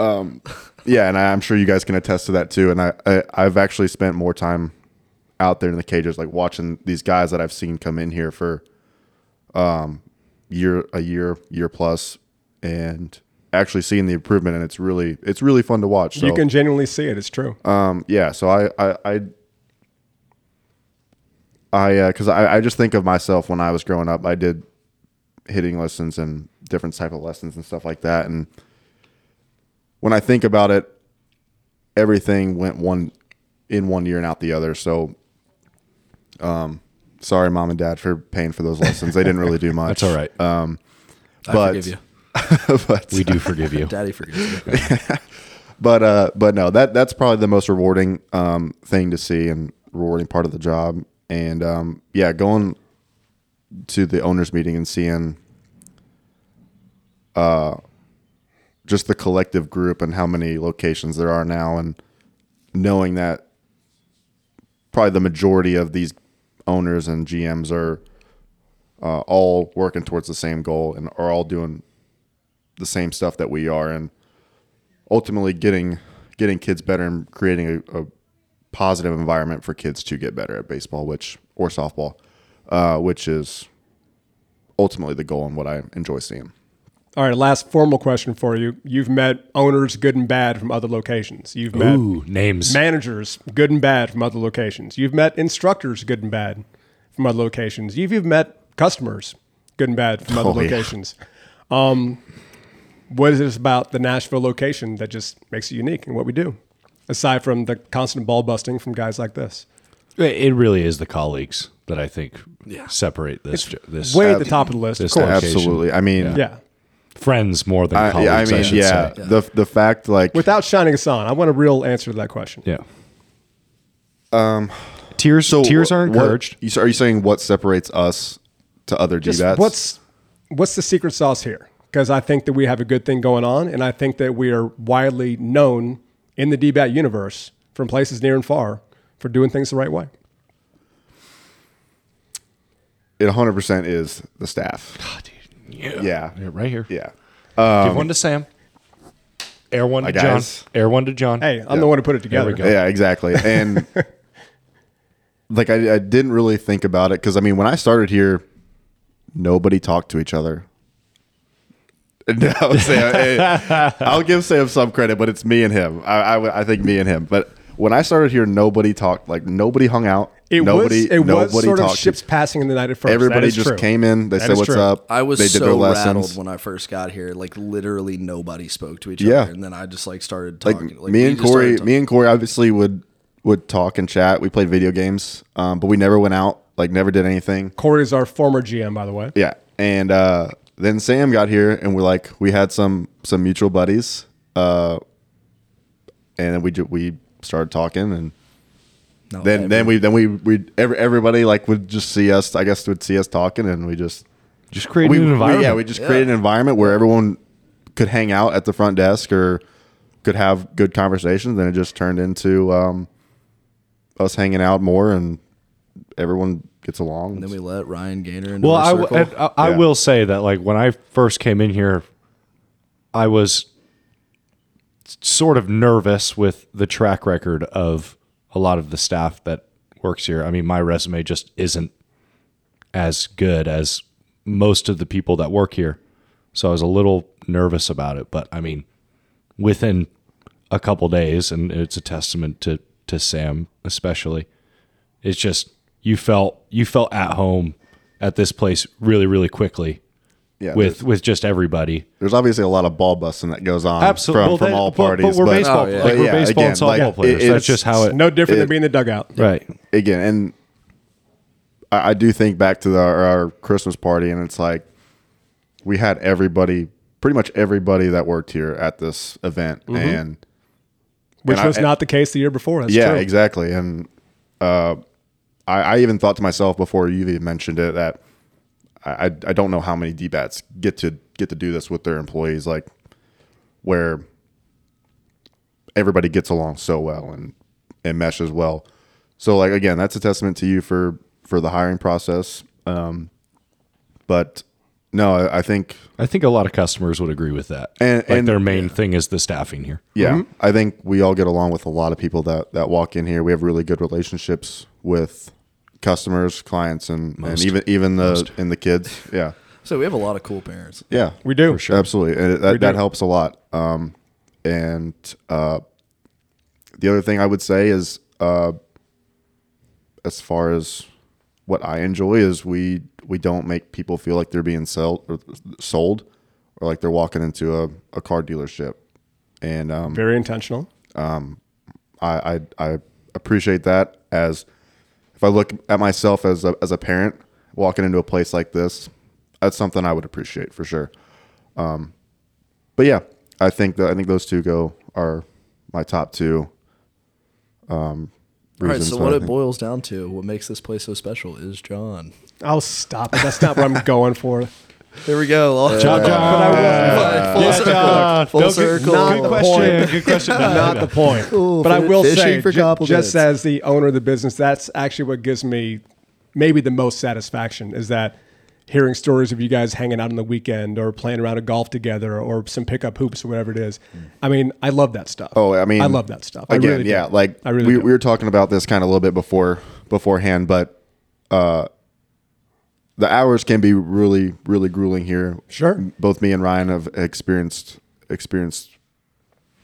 Yeah, and I, I'm sure you guys can attest to that too. And I, I I've actually spent more time out there in the cages, like watching these guys that I've seen come in here for um year a year year plus, and actually seeing the improvement. And it's really it's really fun to watch. So,
you can genuinely see it. It's true.
um yeah. So I I. I I, because I, I just think of myself when I was growing up. I did hitting lessons and different type of lessons and stuff like that. And when I think about it, everything went one in one year and out the other. So, um, sorry, mom and dad, for paying for those lessons. They didn't really do much.
[laughs] That's all right.
Uh,
I
but-
forgive you,
[laughs] but
we do
[laughs]
forgive you.
Daddy forgives you.
but uh, but no, that that's probably the most rewarding um, thing to see and rewarding part of the job. And um, yeah, going to the owners meeting and seeing uh, just the collective group and how many locations there are now, and knowing that probably the majority of these owners and GMs are uh, all working towards the same goal and are all doing the same stuff that we are and ultimately getting getting kids better and creating a, a positive environment for kids to get better at baseball, which or softball, uh, which is ultimately the goal and what I enjoy seeing.
All right, last formal question for you. You've met owners, good and bad, from other locations. You've met
Ooh, names.
managers, good and bad, from other locations. You've met instructors, good and bad, from other locations. You've even met customers, good and bad, from other
Oh, yeah.
locations. Um, what is it about the Nashville location that just makes it unique and what we do, aside from the constant ball busting from guys like this?
It it really is the colleagues that I think separate this. uh, jo- This
Way at the top of the list, of
this
course.
location.
Absolutely, I mean,
Yeah.
friends more than
I,
colleagues.
yeah,
I,
I mean,
should
yeah,
say.
the the fact like
Without shining us on, I want a real answer to that question.
Yeah. Um, tears.
Um, so
tears are
what-
encouraged.
you, are you saying what separates us to other
Just
D-bats?
what's what's the secret sauce here? Because I think that we have a good thing going on, and I think that we are widely known in the DBAT universe from places near and far for doing things the right way.
it 100% is the
[sighs]
staff.
yeah.
Ah, Yeah.
Right here.
Yeah. Um,
Give one to Sam. Air one to
my
John.
guys.
Air one to John.
Hey, I'm the one who put it together.
we go.
Yeah, exactly.
[laughs]
And like I, I didn't really think about it because I mean when I started here, nobody talked to each other. [laughs] And I would say- eh, I'll give Sam some credit, but it's me and him. I, I would- I think me and him. But when I started here, nobody talked. Like nobody hung out.
It
nobody.
was it
nobody
was sort of
talked to-
ships passing in the night at first. That
Everybody
is
just
true.
came in. They
That
said
is
what's
true.
up.
I was
They did
so
their
rattled
lessons.
when I first got here. Like literally nobody spoke to each
Yeah.
other, and then I just like started
like,
talking.
me
we
and
just started
Corey,
talking.
me and Corey obviously would would talk and chat. We played video games, um, but we never went out. Like never did anything.
Corey's our former GM, by the way.
Yeah, and uh, then Sam got here, and we're like we had some some mutual buddies, uh, and then we ju- we started talking, and
No,
then
I
then we then we we every, everybody like would just see us. I guess would see us talking, and we just
Just create
we,
an
we-
environment.
yeah we just created an environment where everyone could hang out at the front desk or could have good conversations. Then it just turned into um, us hanging out more, and everyone gets along.
Then we let Ryan Gaynor into
Well,
our
I,
circle.
w- I- I
Yeah.
will say that like when I first came in here, I was sort of nervous with the track record of a lot of the staff that works here. I mean, my resume just isn't as good as most of the people that work here. So I was a little nervous about it, but I mean, within a couple days and it's a testament to to Sam especially it's just you felt you felt at home at this place really really quickly
yeah,
with with just everybody
there's obviously a lot of ball busting that goes on
Absolute-
from,
well,
from
they-
all
but- but
parties.
we're baseball-
like,
we're baseball and softball
like,
players.
it-
That's
it's-
just how it-
No different than
It-
being in the dugout.
right
again, and I, I do think back to the, our Christmas party, and it's like we had everybody, pretty much everybody that worked here at this event,
Mm-hmm.
and
Which
And I-
was not the case the year before. That's
yeah,
true.
exactly. And uh, I, I even thought to myself before you even mentioned it that I, I I don't know how many D bats get to get to do this with their employees, like where everybody gets along so well and and meshes well. So like again, that's a testament to you for for the hiring process. Um, but no, I, I think
i think a lot of customers would agree with that
And-
like
and-
their main thing is the staffing here
Yeah, I think we all get along with a lot of people that that walk in here. We have really good relationships with customers, clients, and, and even even the and the kids. Yeah,
so we have a lot of cool parents.
yeah,
We do.
absolutely, and it, that, that helps a lot. Um, and uh, the other thing I would say is, uh, as far as what I enjoy is we we don't make people feel like they're being sold or sold or like they're walking into a, a car dealership. And um,
Very intentional.
I, I I appreciate that as if I look at myself as a as a parent walking into a place like this, that's something I would appreciate for sure. Um, but yeah, I think that I think those two go are my top two. Um,
All right,
reasons
so
that
what
I
it
think-
boils down to, what makes this place so special, is John.
I'll stop it. That's not what
[laughs]
I'm going for.
There we go.
John, John.
full circle. Uh, Full
No, good-
circle.
not the
question
point.
good question No,
not
no.
the point.
Cool,
but I will
fishing
say,
for
ju-
compliments.
just as the owner of the business, that's actually what gives me maybe the most satisfaction is that hearing stories of you guys hanging out on the weekend or playing around a golf together or some pickup hoops or whatever it is. I mean, I love that stuff.
Mm. Oh, I mean,
I love that stuff. I
Again,
really do.
yeah, like
I really
we,
do.
we were talking about this kind of a little bit before beforehand, but uh, the hours can be really, really grueling here.
Sure.
both me and Ryan have experienced experienced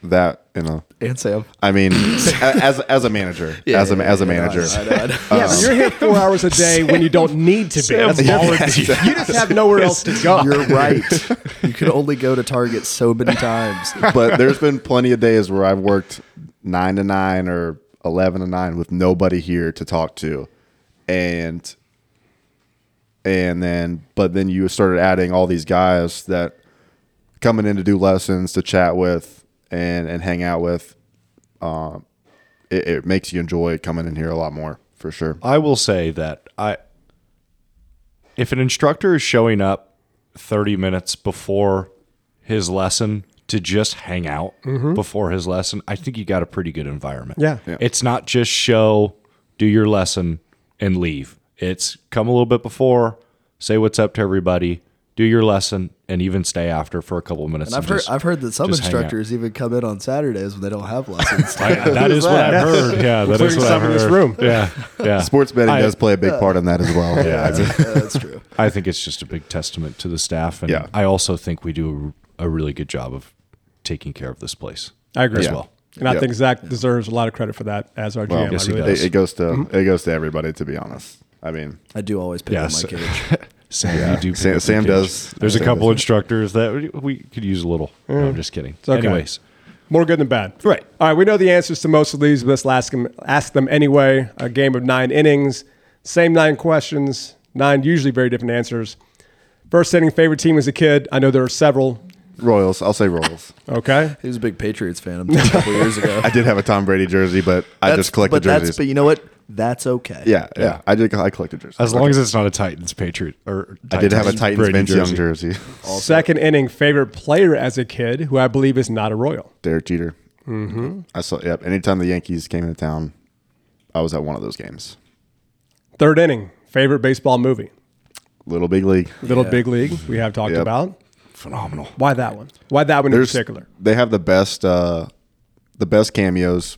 that in a.
And Sam.
[coughs]
I mean, a- as as a manager, as a as a manager, Um,
I know, I know.
Yeah, but you're here four hours a day when you don't need to be.
[laughs]
That's different. You
[laughs]
just have nowhere else to go.
You're right. [laughs] you can only go to Target so many
[laughs]
times.
but there's been plenty of days where I've worked nine to nine or eleven to nine with nobody here to talk to, and and then but then you started adding all these guys that coming in to do lessons, to chat with, and and hang out with. Um, it, it makes you enjoy coming in here a lot more for sure.
I will say that I if an instructor is showing up 30 minutes before his lesson to just hang out before his lesson, I think you got a pretty good environment.
Yeah. Yeah.
It's not just show, do your lesson and leave. It's come a little bit before, say what's up to everybody, do your lesson and even stay after for a couple of minutes.
And I've
and
heard
just-
I've heard that some
just hang out.
instructors even come in on Saturdays when they don't
[laughs]
have lessons.
I- that is what I've heard. Yeah, that is
Including
what I've
some in
heard.
this room.
Yeah,
[laughs]
yeah.
Sports betting
I-
does play a big part in that as well. [laughs]
[laughs] Yeah, I mean,
Yeah, that's true.
I think it's just a big testament to the staff, and
Yeah.
I also think we do a, a really good job of taking care of this place.
I agree
as
Yeah.
well.
And I
Yep.
think Zach deserves a lot of credit for that as our GM.
yes, Mm-hmm.
I
he
really
does.
it, it goes to it goes to everybody. To be honest, I mean,
I do always pick
Yes.
up
[laughs]
my cage.
Sam, you do.
Sam-
pick up
Sam
the cage.
does-
There's a
Sam
couple
does.
instructors that we could use a little. No, I'm just kidding.
okay.
Anyways,
More good than bad.
Right.
All right. We know the answers to most of these, but let's ask them, ask them anyway. A game of nine innings, same nine questions, nine usually very different answers. First inning, favorite team as a kid. I know there are several.
Royals. I'll say Royals.
Okay.
He was a big Patriots fan until a couple years ago.
[laughs] I did have a Tom Brady jersey, but I just
collect
collected
but
jerseys.
That's, but you know what? That's okay.
yeah, yeah, I did. I collected jerseys.
as long as it's not a Titans Patriot or
I did have a
Titans
Titans
Brady
Vince
jersey.
Young jersey.
Second inning, favorite player as a kid, who I believe is not a Royal.
Derek Jeter. Mm-hmm. I saw. Yep. Anytime the Yankees came into town, I was at one of those games.
Third inning, favorite baseball movie.
Little Big League.
Little Big League, we have talked
Yep.
about.
Phenomenal.
Why that one? Why that one
There's
in particular?
they have the best uh the best cameos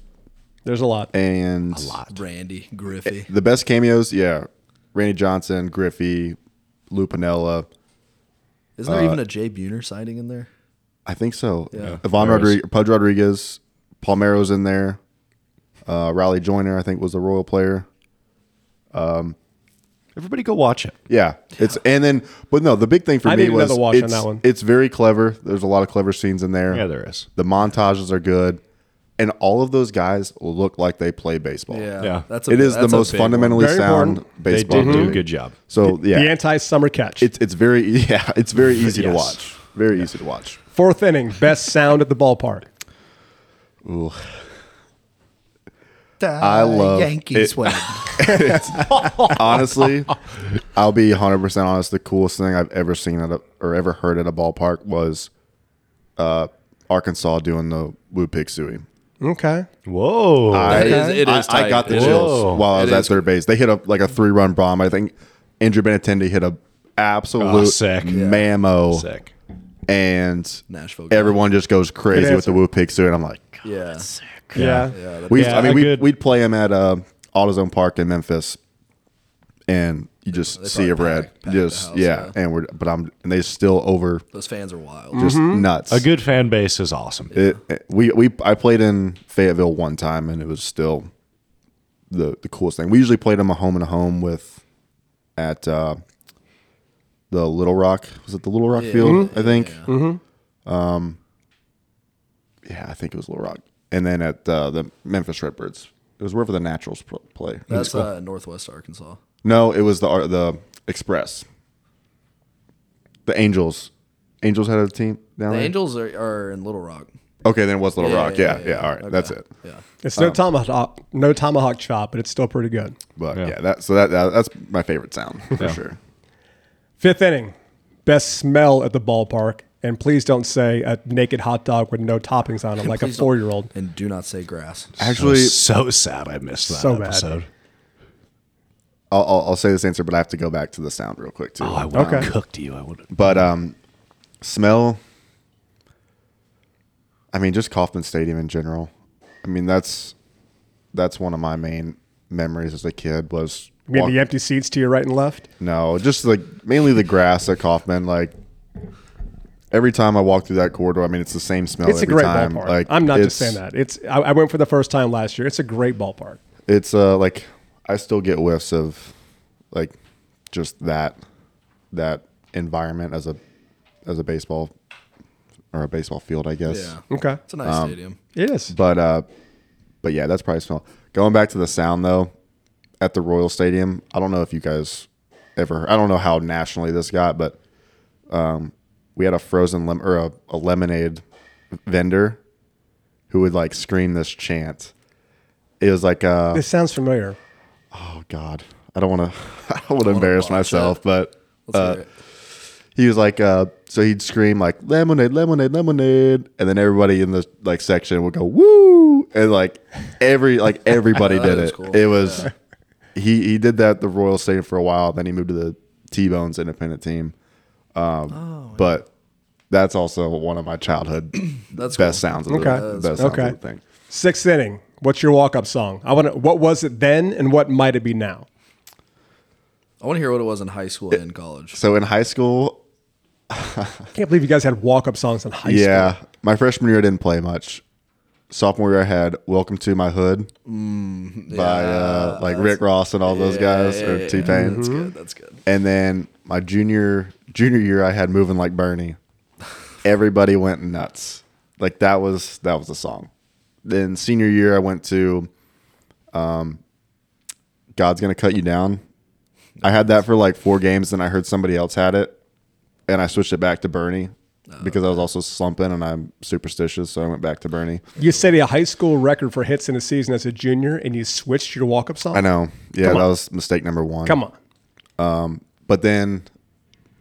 There's a lot.
and
Randy Griffey.
the best cameos. Yeah, Randy Johnson, Griffey, Lou Pinella.
Isn't there
Uh,
even a Jay Buhner sighting in there?
I think so. Yeah. Yvonne
Palmero's.
Rodriguez, Pudge Rodriguez, Palmero's in there. Uh, Riley Joyner, I think, was the Royal player.
Everybody go watch it.
Yeah, it's and then, but no, the big thing for
I
me
need
was
another watch on
it's,
that one.
it's very clever. There's a lot of clever scenes in there.
Yeah, there is.
The montages are good, and all of those guys look like they play baseball.
Yeah.
That's
it is the
that's a
most
big one.
fundamentally
Very
sound
important.
They
baseball.
did do a
movie.
good job.
So yeah,
the anti-summer catch.
it's it's very [laughs] yeah, it's very easy to
Yes.
watch. Very easy
[laughs]
to watch.
Fourth inning, best sound at the
[laughs]
ballpark.
I love
Yankees
it. [laughs]
win.
honestly, I'll be 100% honest. The coolest thing I've ever seen at a, or ever heard at a ballpark was uh, Arkansas doing the Woo Pig Suey.
Okay.
Whoa.
I,
is- it is
I, I
tight.
got the
It
chills
is.
while I
It
was
is.
at third base. They hit a like a three run bomb. I think Andrew Benatendi hit a
Oh,
absolute
sick. Yeah.
mammo,
Sick.
and
Nashville. guy.
everyone just goes crazy
Good
with the Woo Pig Suey. And I'm like,
Yeah.
Yeah.
we,
Yeah,
I mean,
I
we
could-
would we'd play him at uh, AutoZone Park in Memphis, and you just see a
probably
red,
packed- packed
just
the house,
yeah,
yeah.
And we're but I'm and they still over
Those fans are wild.
just nuts.
Mm-hmm. A good fan base is awesome.
It, it- we we I played in Fayetteville one time, and it was still the the coolest thing. We usually played them a home and a home with at uh, the Little Rock. Was it the Little Rock Field? I think. Yeah. Um, yeah, I think it was Little Rock, and then at uh, the Memphis Redbirds. It was wherever the Naturals pl- play.
That's uh, Northwest Arkansas.
No, it was the Ar- the Express. The Angels. Angels had a team down
The
there.
Angels are, are in Little Rock.
Okay, then it was Little
Yeah,
Rock.
yeah,
Yeah,
yeah,
yeah.
yeah.
All right, that's it.
Yeah.
It's
Um,
no tomahawk, no tomahawk chop, but it's still pretty good.
But
Yeah.
yeah, that so that, that that's my favorite sound for sure.
Fifth inning, best smell at the ballpark. And please don't say a naked hot dog with no toppings
[laughs]
on it, like a
Please don't.
four-year-old.
And do not say grass.
Actually,
so sad I missed that
So bad.
episode.
I'll, I'll I'll say this answer, but I have to go back to the sound real quick too.
Oh, I would
Okay.
have cooked you. I would have.
But um, smell. I mean, just Kauffman Stadium in general. I mean, that's that's one of my main memories as a kid was
You mean
walk-
the empty seats to your right and left?
No, just like mainly the grass at Kaufman. Like every time I walk through that corridor, I mean, it's the same smell.
It's a
every
great
time.
ballpark.
Like
I'm not just
it's-
saying that. It's I, I went for the first time last year. It's a great ballpark.
It's uh like I still get whiffs of like just that that environment as a as a baseball or a baseball field, I guess.
Yeah.
Okay,
It's a nice
um,
stadium.
it is.
But uh, but yeah, that's probably smell. Going back to the sound though, at the Royal Stadium, I don't know if you guys ever. I don't know how nationally this got, but um, we had a frozen lem- or a, a lemonade vendor who would like scream this chant. It was like uh,
This sounds familiar.
oh god, I don't want to [laughs] I don't want to embarrass
watch
myself,
it.
but
Let's
uh,
hear it.
he was like uh so he'd scream like lemonade lemonade lemonade and then everybody in the like section would go woo and like every like
[laughs]
everybody did
that's
it
cool.
it was he he did that at the royal stadium for a while then he moved to the t-bones independent team
Oh,
um but that's also one of my childhood
That's
best sounds of the,
Okay.
best sounds
Okay.
of the thing
Sixth inning. What's your walk-up song? I want to. What was it then, and what might it be now?
I want to hear what it was in high school and college.
so in high school
I can't believe you guys had walk-up songs in high school.
yeah my freshman year i didn't play much sophomore year i had welcome to my hood
Mm,
by uh, like Rick Ross and all those guys or T Pain.
That's good. That's good.
And then my junior junior year, I had moving like Bernie. Everybody went nuts. Like that was that was a song. Then senior year, I went to um, God's gonna cut you down. I had that for like four games, then I heard somebody else had it, and I switched it back to Bernie because I was also slumping and I'm superstitious, so I went back to Bernie.
You set a high school record for hits in a season as a junior, and you switched your walk-up song.
I know, yeah,
Come on.
that was mistake number one.
Come on.
But then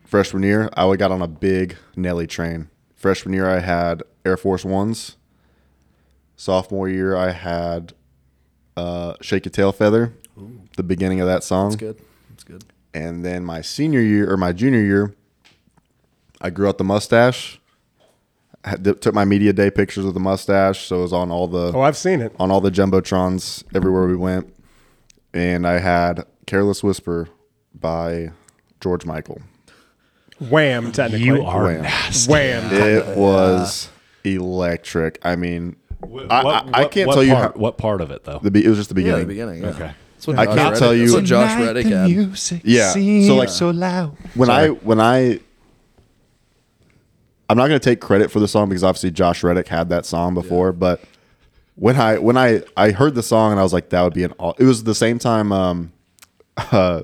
freshman year, I would got on a big Nelly train. Freshman year, I had Air Force Ones. Sophomore year, I had uh, Shake Your Tail Feather, the beginning of that song.
Good. That's good.
And then my senior year or my junior year, I grew out the mustache. I had- took my media day pictures with the mustache, so it was on all the
Oh, I've seen it.
on all the jumbotrons everywhere we went, and I had "Careless Whisper" by George Michael.
Wham! Technically,
You are
Wham.
nasty.
wham.
It was electric. I mean, I,
Wh- what-
I, I
what-
can't
what
tell you
part,
how,
what part of it though.
the be- it was just the
Yeah,
beginning.
the beginning. Yeah.
okay.
That's what
I
Josh
can't
Reddick-
tell
That's
you-
what Josh Reddick had.
Yeah, so, like-
loud.
When I when I I'm not going to take credit for the song because obviously Josh Reddick had that song before, but when I when I I heard the song and I was like that would be an aw-. it was the same time um [laughs] uh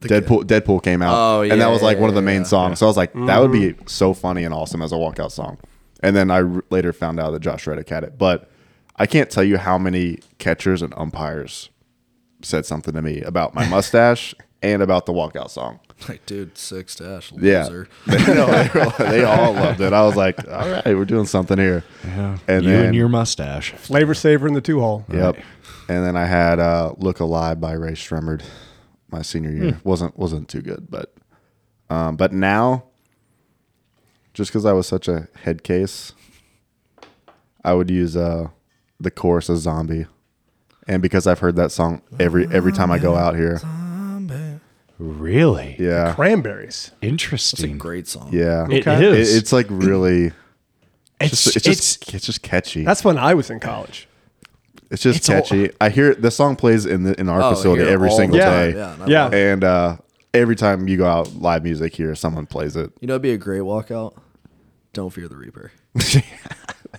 Deadpool Deadpool came out
Oh,
and that
yeah,
was like
yeah,
one of the
yeah,
main
yeah. Mm.
songs. So I was like that would be so funny and awesome as a walkout song. And then I r- later found out that Josh Reddick had it, but I can't tell you how many catchers and umpires said something to me about
[laughs]
my mustache and about the walkout song.
Like, dude, six dash
Yeah.
loser.
[laughs] No, they, were- they all loved it. I was like, all right, we're doing something here. And
you
then,
and your mustache.
Flavor saver in the two hole.
yep. And then I had uh, "Look Alive" by Ray Shremmerd my senior year. wasn't wasn't too good, but um, but now, just because I was such a head case, I would use uh, the chorus of "Zombie," and because I've heard that song every every time I go out here,
Really
yeah,
Cranberries.
It's a
interesting.
great song.
yeah,
It
It-
is.
it's like really.
it's
It's, it's just it's, just catchy.
That's when I was in college.
It's just
It's all-
catchy. I hear it- the song plays in the in our
Oh,
facility
here
every
all the
single
time.
day.
Yeah, and I
Yeah.
love it.
And uh, every time you go out live music here, someone plays it. [laughs]
You know, it'd be a great walkout. Don't fear the Reaper.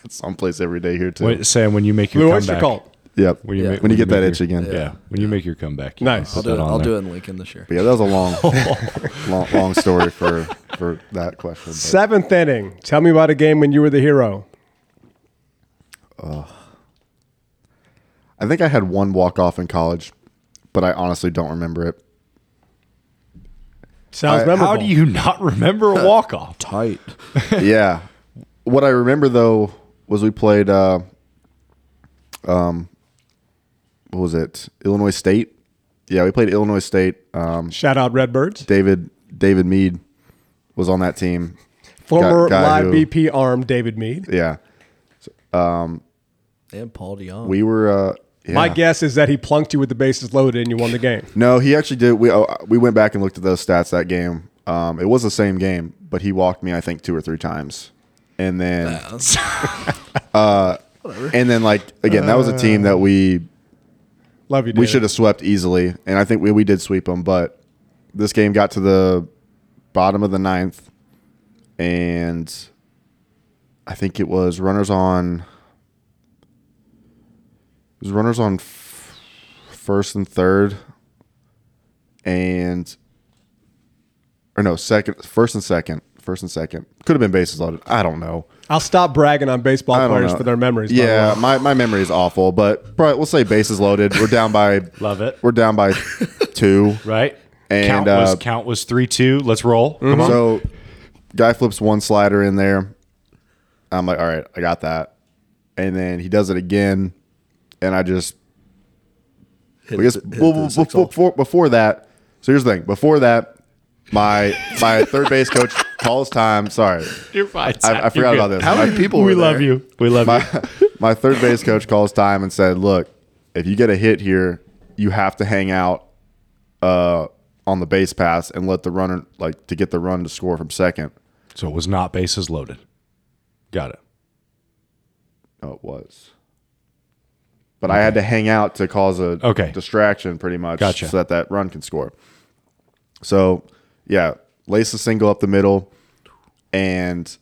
Some place every day here too.
Wait, Sam, when you make your
Blue
comeback,
Oyster Cult.
yep.
When you,
Yeah.
make-
When you get that
make
itch
your-
again.
Yeah. when you make your comeback. you
Nice.
can
I'll
put
do it.
that on
I'll
there.
do it in Lincoln this year.
But yeah, that was a
[laughs]
long,
Oh.
[laughs] long, long story for for that question. but-
Seventh inning. Tell me about a game when you were the hero.
I think I had one walk off in college, but I honestly don't remember it.
Sounds
I-
memorable.
How do you not remember a walk off?
Tight.
[laughs] yeah. What I remember though was we played uh um what was it? Illinois State? Yeah, we played Illinois State. Um
Shout out Redbirds.
David David Mead was on that team.
Former
guy
live
who-
BP arm David Mead.
Yeah.
[laughs] And Paul DeYoung.
We were uh yeah.
My guess is that he plunked you with the bases loaded and you won the game.
No, he actually did. We oh, we went back and looked at those stats that game. Um, it was the same game, but he walked me I think two or three times, and then [laughs] uh, and then like again that was a team that we
Love you. David.
we should have swept easily, and I think we, we did sweep them. But this game got to the bottom of the ninth, and I think it was runners on. It was runners on f- first and third, and or no second, first and second, first and second. Could have been bases loaded. I don't know.
I'll stop bragging on baseball
I don't
players
know.
for their memories. by the
Yeah,
way.
my, my memory is awful, but probably, we'll say bases loaded. We're down by
[laughs] Love it.
We're down
[laughs]
by two.
Right?
And,
count was
uh, Mm-hmm.
count was three two. Let's roll. Come on.
So, guy flips one slider in there. I'm like, all right, I got that. And then he does it again, and I just I guess well, well, before, before before that. So here's the thing. Before that, my my third base coach calls time. Sorry,
You're fine.
I, I forgot about this.
How many
My-
people were
We love
there?
you. We love you. [laughs]
my, my third base coach calls time and said, "Look, if you get a hit here, you have to hang out uh, on the base pass and let the runner like to get the run to score from second.
So it was not bases loaded. Got it.
No, it was. But I had to hang out to cause a
Okay.
distraction, pretty much,
Gotcha.
so that that run can score. So, yeah, lace a single up the middle, and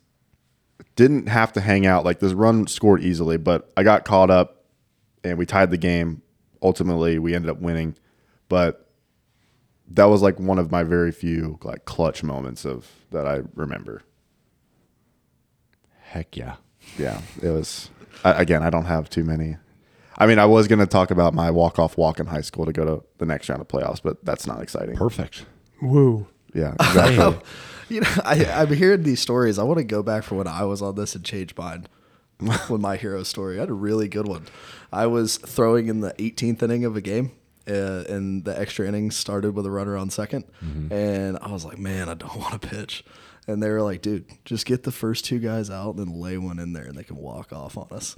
didn't have to hang out. Like this run scored easily, but I got caught up, and we tied the game. Ultimately, we ended up winning, but that was like one of my very few like clutch moments of that I remember.
Heck yeah.
Yeah, it was. I, again, I don't have too many. I mean, I was going to talk about my walk off walk in high school to go to the next round of playoffs, but that's not exciting.
Perfect.
Woo.
Yeah, exactly.
[laughs] You know, I, I'm hearing these stories. I want to go back for when I was on this and change mine. when my hero story, I had a really good one. I was throwing in the 18th inning of a game, uh, and the extra inning started with a runner on 2nd and I was like, "Man, I don't [laughs] want to pitch." And they were like, "Dude, just get the first two guys out and then lay one in there, and they can walk off on us."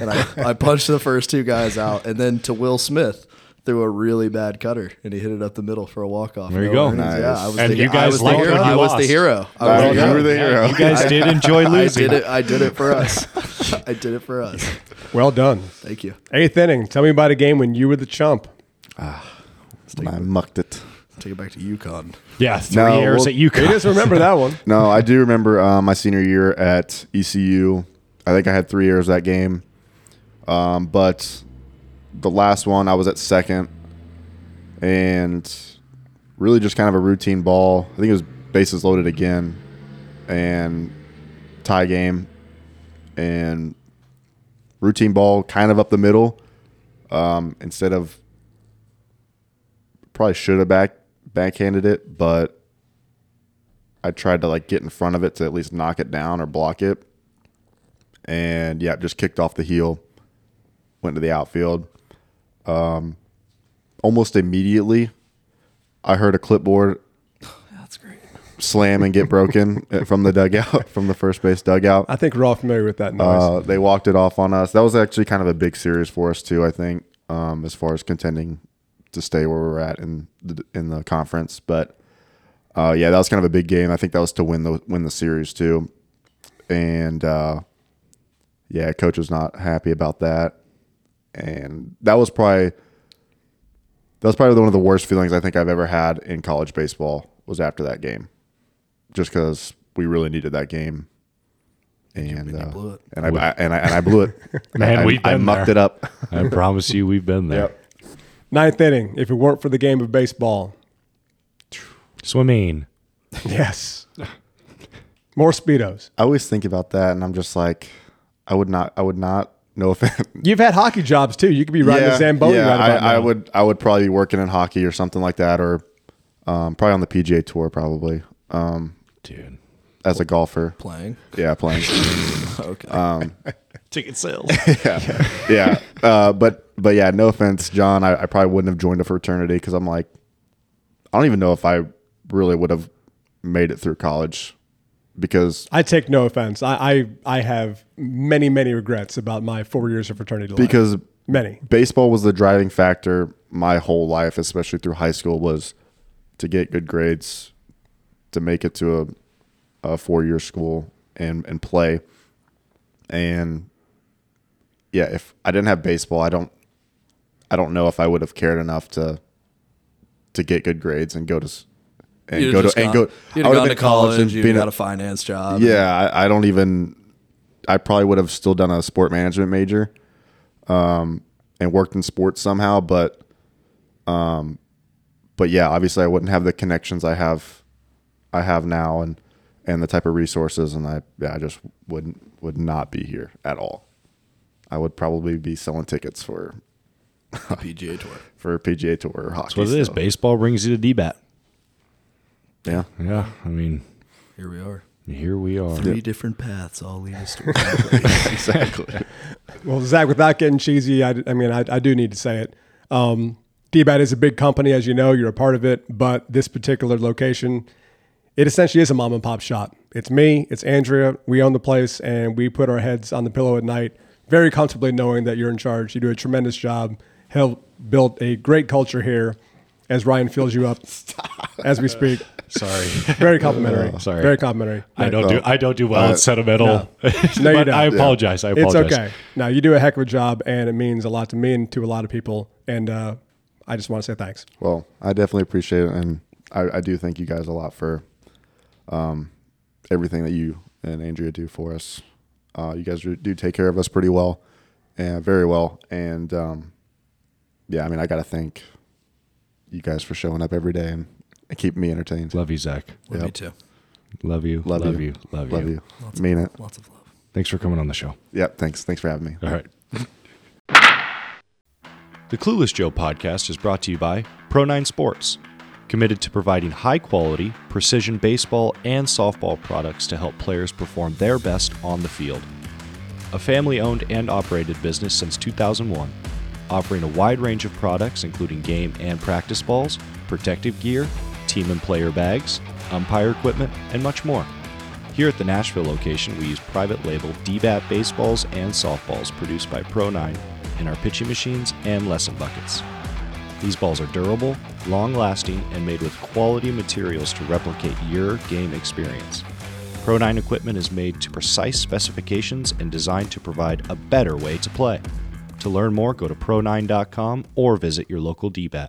and I, I punched the first two guys out, and then to Will Smith. Threw a really bad cutter and he hit it up the middle for a walk off.
There you go.
Yeah, I was
And
the,
you guys
I was the
liked
hero.
when you
I was the
lost.
hero. I was
Right,
the
you
hero.
were the hero.
You [laughs] guys did enjoy
I
losing.
did it. I did it for us. I did it for us.
Well done.
Thank you.
Eighth inning. Tell me about a game when you were the chump.
I mucked it.
Take it back to UConn.
Yeah, three
No,
years
well,
at UConn.
You just remember that one.
No, I do remember uh, my senior year at ECU. I think I had three years that game, um, but the last one I was at second, and really just kind of a routine ball. I think it was bases loaded again, and tie game, and routine ball kind of up the middle. Um, instead of probably should have back backhanded it, but I tried to like get in front of it to at least knock it down or block it. And yeah, just kicked off the heel, went to the outfield. Um, almost immediately, I heard a clipboard
[sighs] That's great.
slam and get
[laughs]
broken from the dugout, from the first base dugout.
I think we're all familiar with that noise.
Uh, they walked it off on us. That was actually kind of a big series for us too. I think um, as far as contending to stay where we're at in the in the conference, but uh, yeah, that was kind of a big game. I think that was to win the win the series too, and uh, yeah, coach was not happy about that, and that was probably that was probably one of the worst feelings I think I've ever had in college baseball was after that game, just because we really needed that game. And, uh,
blew it.
and I, I and I and I
[laughs]
blew it. And
Man,
I, I-
we've
I
been
mucked
there.
it up.
I promise you, we've been there.
Ninth inning. If it weren't for the game of [laughs] baseball,
Swimming.
yes. More speedos.
I always think about that, and I'm just like, I would not, I would not.
[laughs]
No offense.
You've had hockey jobs too. You could be riding a Zamboni right about
I, I
now.
would, I would probably be working in hockey or something like that, or um, probably on the PGA tour, probably um,
Dude.
as a golfer.
Playing.
Yeah, playing.
[laughs] Okay.
Ticket sales.
yeah, uh, but but yeah, no offense, John. I, I probably wouldn't have joined a fraternity because I'm like, I don't even know if I really would have made it through college because
I take no offense. I, I I have many many regrets about my four years of fraternity life.
because
many.
baseball was the driving factor my whole life, especially through high school, was to get good grades, to make it to a, a four year school and and play. And yeah, if I didn't have baseball, I don't I don't know if I would have cared enough to to get good grades and go to s- and
You'd
go
have
to
just
and
gone-
go.
You'd
I would
have gone to
been in college
college.
and
You'd
been a-
got a finance job. [laughs]
yeah, I, I don't even. I probably would have still done a sport management major, um, and worked in sports somehow. But, um, but yeah, obviously I wouldn't have the connections I have, I have now, and and the type of resources, and I yeah, I just would would not be here at all. I would probably be selling tickets for
The PGA Tour.
for PGA Tour or hockey.
That's what it is.
still.
Baseball brings you to DBAT.
Yeah, [laughs]
Yeah, I mean,
Here we are.
here we are.
Three different paths all lead us to.
exactly.
Well, Zach, without getting cheesy, I, I mean, I, I do need to say it. Um, DBAT is a big company, as you know, you're a part of it, but this particular location, it essentially is a mom and pop shop. It's me, it's Andrea, we own the place, and we put our heads on the pillow at night, very comfortably knowing that you're in charge. You do a tremendous job, help build a great culture here as Ryan fills you up
[laughs]
as we speak.
Sorry. Oh,
Very complimentary.
Sorry.
Very complimentary.
I don't do I don't do well
Uh,
at sentimental. [laughs]
No, you
But
don't.
I apologize. I
It's
apologize.
okay. No, you do a heck of a job, and it means a lot to me and to a lot of people. And uh, I just want to say thanks.
Well, I definitely appreciate it, and I, I do thank you guys a lot for um, everything that you and Andrea do for us. Uh, you guys do, do take care of us pretty well, and very well, and um, yeah, I mean, I got to thank you guys for showing up every day and, and keeping me entertained.
Love you, Zach.
Love
Yep.
you too.
Love you. Love, you. Love, you.
Lots of
Mean
love.
it.
Lots of love.
Thanks for coming on the show.
Yeah, thanks. Thanks for having me.
All right. The Clueless Joe podcast is brought to you by Pro9 Sports, committed to providing high quality, precision baseball and softball products to help players perform their best on the field. A family owned and operated business since 2001, offering a wide range of products including game and practice balls, protective gear, team and player bags, umpire equipment, and much more. Here at the Nashville location, we use private label DBAT baseballs and softballs produced by Pro9 in our pitching machines and lesson buckets. These balls are durable, long lasting, and made with quality materials to replicate your game experience. Pro9 equipment is made to precise specifications and designed to provide a better way to play. To learn more, go to pro9.com or visit your local DBAT.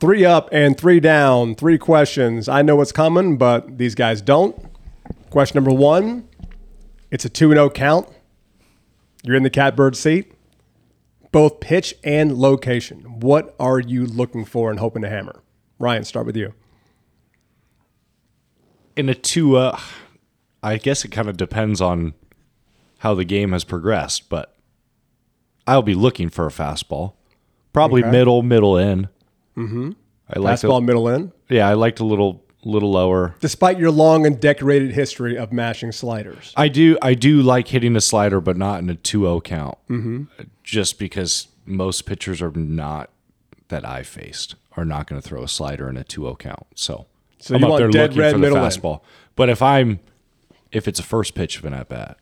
Three up and three down, three questions. I know what's coming, but these guys don't. Question number one it's a 2 0 count. You're in the catbird seat, both pitch and location. What are you looking for and hoping to hammer? Ryan, start with you.
in a two uh i guess it kind of depends on how the game has progressed but i'll be looking for a fastball probably middle middle in mm-hmm i like
Fastball, middle in.
yeah i liked a little little lower
Despite your long and decorated history of mashing sliders,
i do i do like hitting a slider but not in a 2-0 count mm-hmm. just because most pitchers are not that i faced are not going to throw a slider in a 2-0 count so,
So you want dead red middle in.
fastball but if i'm if it's a first pitch of an at bat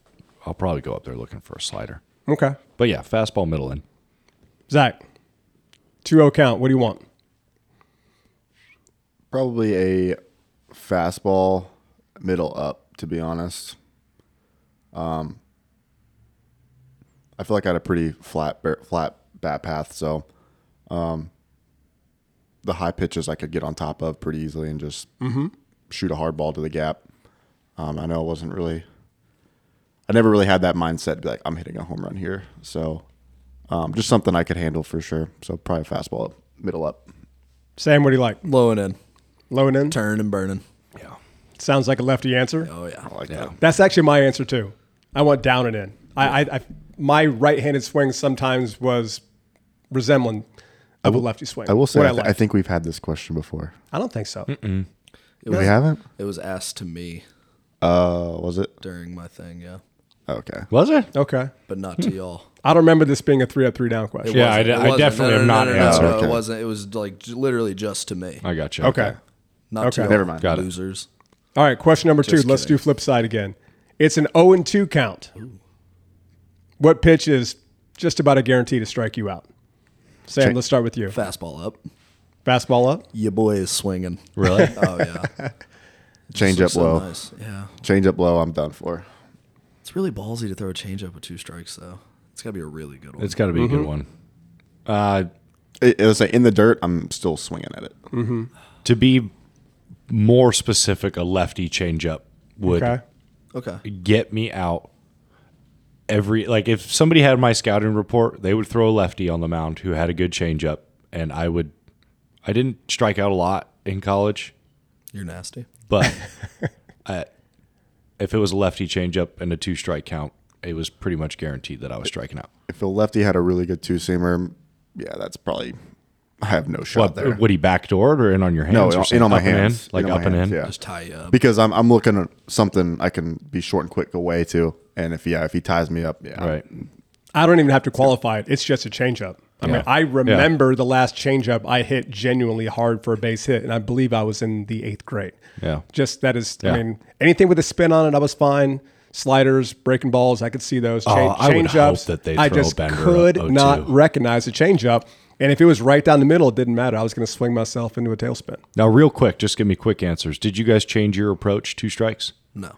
i'll probably go up there looking for a slider
okay.
But yeah, fastball middle in.
Zach, 2 0 count. What do you want?
Probably a fastball middle up, to be honest. Um, I feel like I had a pretty flat bar- flat bat path, so um, the high pitches I could get on top of pretty easily and just shoot a hard ball to the gap. Um, I know it wasn't really. I never really had that mindset to be like I'm hitting a home run here, so um, just something I could handle for sure. So probably a fastball up, middle up.
Sam, what do you like?
Low and in.
Low and in?
Turn and burning.
Yeah.
Sounds like a lefty answer.
Oh, yeah.
I like that.
That's actually my answer too. I want down and in. I, I, I my right-handed swing sometimes was resembling of a lefty swing.
I will say,
What
I,
I,
th-
like.
I think we've had this question before.
I don't think so.
It was,
We haven't.
it was asked to me
Uh, was it?
during my thing, yeah.
Okay.
Was it?
Okay,
But not to y'all.
I don't remember this being a three-up, three-down question.
Yeah, I
Wasn't-
de-
it
I
wasn't.
definitely
No,
have
no,
not
no, no,
answered.
No,
Okay.
It wasn't. It was like j- literally just to me.
I got you.
Okay.
Not to
Okay.
y'all.
Never mind.
Got it.
Losers.
All right. Question number two. Let's do flip side again. It's an zero and two count. What pitch is just about a guarantee to strike you out? Sam, let's start with you.
Fastball up.
Fastball up.
Your boy is swinging.
Really?
[laughs] Oh, yeah.
[laughs]
Change up
Looks so
low.
nice. Yeah.
Change up low. I'm done for.
It's really ballsy to throw a changeup with two strikes, though. It's got to be a really good one.
it's got to be a good
Mm-hmm.
one. Uh,
It, it was like in the dirt. I'm still swinging at it.
Mm. to be more specific, a lefty changeup would
Okay.
okay.
get me out. Every like if somebody had my scouting report, they would throw a lefty on the mound who had a good changeup, and I would. I didn't strike out a lot in college,
[laughs]
You're nasty.
but I, if it was a lefty changeup and a two strike count, it was pretty much guaranteed that I was striking out.
If the lefty had a really good two seamer, yeah, that's probably. I have no shot
What,
there.
would he backdoor it or in on your hands?
no,
or
in- in
something?
on my
Up and in?
hands,
like
In on
up
my
and
hands,
in.
Yeah,
Just tie you up.
because I'm I'm looking at something I can be short and quick away to, and if yeah, if he ties me up, yeah,
Right.
I don't even have to qualify it. It's just a changeup. I mean,
Yeah.
I remember the last changeup I hit genuinely hard for a base hit, and I believe I was in the eighth grade.
Yeah.
Just that is,
Yeah.
I mean, anything with a spin on it, I was fine. Sliders, breaking balls, I could see those. Change,
Oh, I would hope
ups,
that they
I
throw
just
Bender a
could
0-2.
not recognize a changeup. And if it was right down the middle, it didn't matter. I was going to swing myself into a tailspin.
Now, real quick, just give me quick answers. Did you guys change your approach? Two strikes?
No.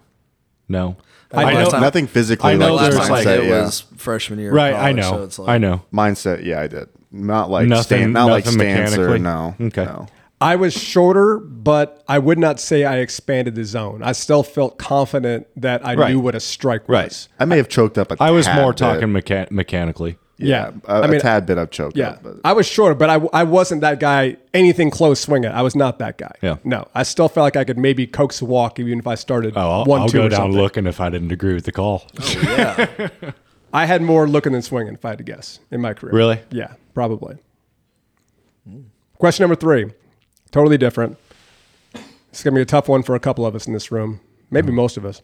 No.
I
I
know-
know.
Last time-
nothing physically.
I know
like
Last
there's
time
mindset,
like- uh,
it
yeah.
was freshman year. of
Right. I
college,
know.
so it's like-
I know.
mindset. Yeah, I did not like
Nothing-
stand, not like
nothing
stance or
mechanically?
no.
Okay.
no.
I was shorter, but I would not say I expanded the zone. I still felt confident that I
Right.
knew what a strike was.
Right.
I may have choked up a
I was
tad
more
bit.
talking mecha- mechanically.
Yeah.
A,
I
a
mean-
tad bit of choked
Yeah,
up. But
I was shorter, but I, I wasn't that guy. Anything close swing it. I was not that guy.
Yeah.
No, I still felt like I could maybe coax a walk even if I started
Oh, I'll,
one
I'll
two
go
or
down
something.
looking if I didn't agree with the call.
Yeah.
I had more looking than swinging, if I had to guess, in my career.
Really?
Yeah, probably. Question number three, totally different. It's gonna be a tough one for a couple of us in this room, maybe most of us.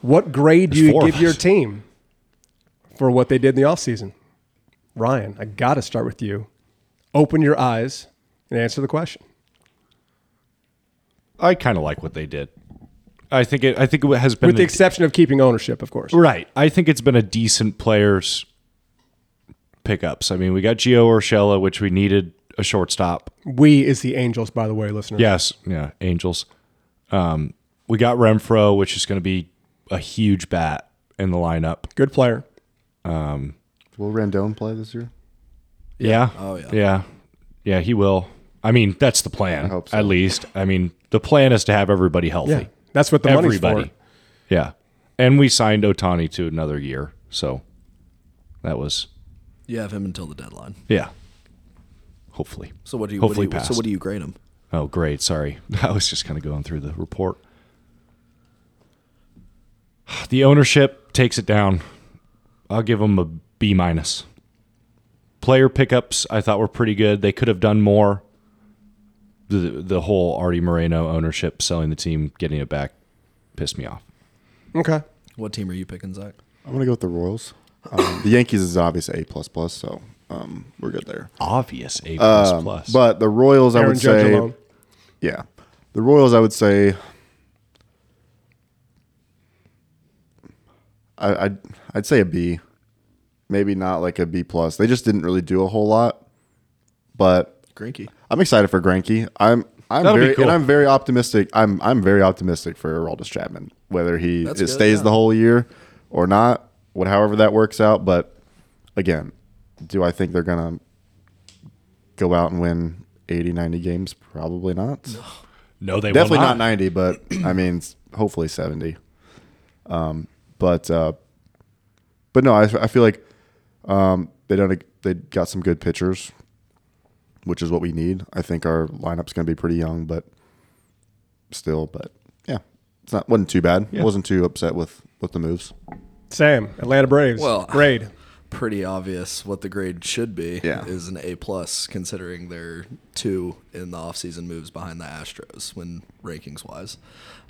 What grade do
Oh. There's
you
four of
give your
us.
team for what they did in the offseason? Ryan, I gotta start with you. Open your eyes and answer the question.
I kind of like what they did. I think it. I think it has been
with the
a-
exception of keeping ownership, of course.
right. I think it's been a decent players pickups. I mean, we got Gio Urshela, which we needed a shortstop.
We is the Angels, by the way, listeners.
Yes, yeah, Angels. Um, we got Renfro, which is going to be a huge bat in the lineup.
Good player.
will Rendon play this year?
Yeah.
Oh, yeah.
Yeah. Yeah, he will. I mean, that's the plan.
hope so.
At least, I mean, the plan is to have everybody healthy.
Yeah. That's what the money's
everybody.
for.
Yeah. And we signed Otani to another year, so that was
You have him until the deadline.
yeah. Hopefully.
So what do you?
Hopefully
what do you,
passed.
So what do you grade him?
Oh, great. Sorry. [laughs] I was just kind of going through the report. [sighs] The ownership takes it down. I'll give them a B minus. Player pickups I thought were pretty good. They could have done more. The the whole Artie Moreno ownership selling the team, getting it back, pissed me off.
Okay.
What team are you picking, Zach?
I'm gonna go with the Royals. Um, the Yankees is obvious A plus plus, so um, we're good there.
Obvious A plus plus.
Um, But the Royals, I
Aaron
would
Judge
say,
alone.
yeah, the Royals, I would say, I, I'd I'd say a B, maybe not like a B plus. They just didn't really do a whole lot, but
Grinky.
I'm excited for Granky. I'm I'm
That'll be
very
cool.
and I'm very optimistic. I'm I'm very optimistic for Aroldis Chapman, whether he
That's
it
good,
stays
yeah.
the whole year or not, what however that works out. But again, do I think they're gonna go out and win 80, 90 games? Probably not.
no, they
Definitely
will
not.
[clears throat]
ninety, but I mean s- hopefully seventy. Um, but uh, but no, I, I feel like um, they don't they got some good pitchers which is what we need. I think our lineup's going to be pretty young, but still, but yeah, it's not wasn't too bad. wasn't too upset with with the moves.
Sam, Atlanta Braves.
Well-
grade.
Pretty obvious what the grade should be.
Yeah.
Is an A plus considering they're two in the offseason moves behind the Astros when rankings wise.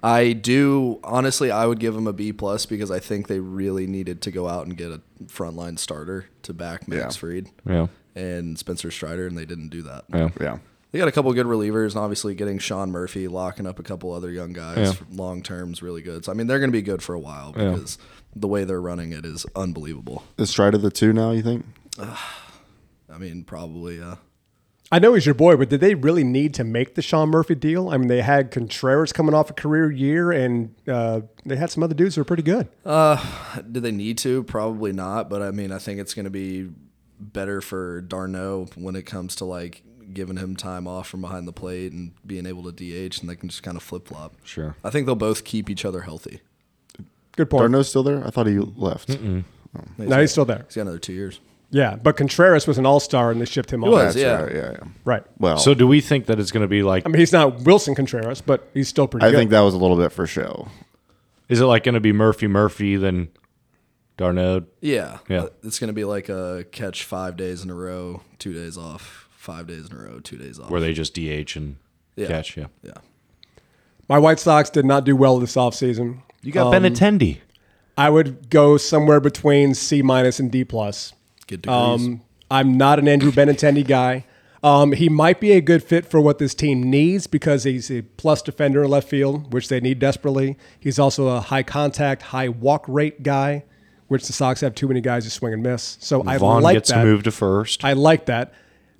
I do honestly I would give them a B plus because I think they really needed to go out and get a frontline starter to back Max
Yeah.
Fried
Yeah.
and Spencer Strider and they didn't do that.
Yeah.
Yeah,
They got a couple good relievers, and obviously getting Sean Murphy, locking up a couple other young guys
Yeah.
for long term's really good. So I mean, they're going to be good for a while because the way they're running it is unbelievable.
is Strider the two now? You think?
I mean, probably uh,
I know he's your boy, but did they really need to make the Sean Murphy deal? I mean, they had Contreras coming off a career year, and uh, they had some other dudes who were pretty good.
do they need to? Probably not. But I mean, I think it's going to be better for Darno when it comes to like giving him time off from behind the plate and being able to DH, and they can just kind of flip flop.
Sure.
I think they'll both keep each other healthy.
Good point.
Darno's still there? I thought he left.
No, he's still there.
He's got another two years.
Yeah, but Contreras was an all star, and they shipped him off.
was.
That's
Yeah.
right, yeah, yeah.
Right.
Well,
So do we think that it's going to be like
I mean, he's not Wilson Contreras, but he's still pretty
I
good.
think that was a little bit for show.
Is it like going to be Murphy Murphy then Darno?
Yeah. Uh,
Yeah.
It's going to be like a catch five days in a row, two days off, five days in a row, two days off.
Where they just DH and
Yeah.
catch? Yeah.
yeah.
My White Sox did not do well this offseason.
You got Ben Benatendi.
I would go somewhere between C minus and D plus.
Get degrees.
Um, I'm not an Andrew Benintendi guy. Um, he might be a good fit for what this team needs because he's a plus defender in left field, which they need desperately. He's also a high contact, high walk rate guy, which the Sox have too many guys who swing and miss. So I
Vaughn
like
gets
that.
moved to first.
I like that.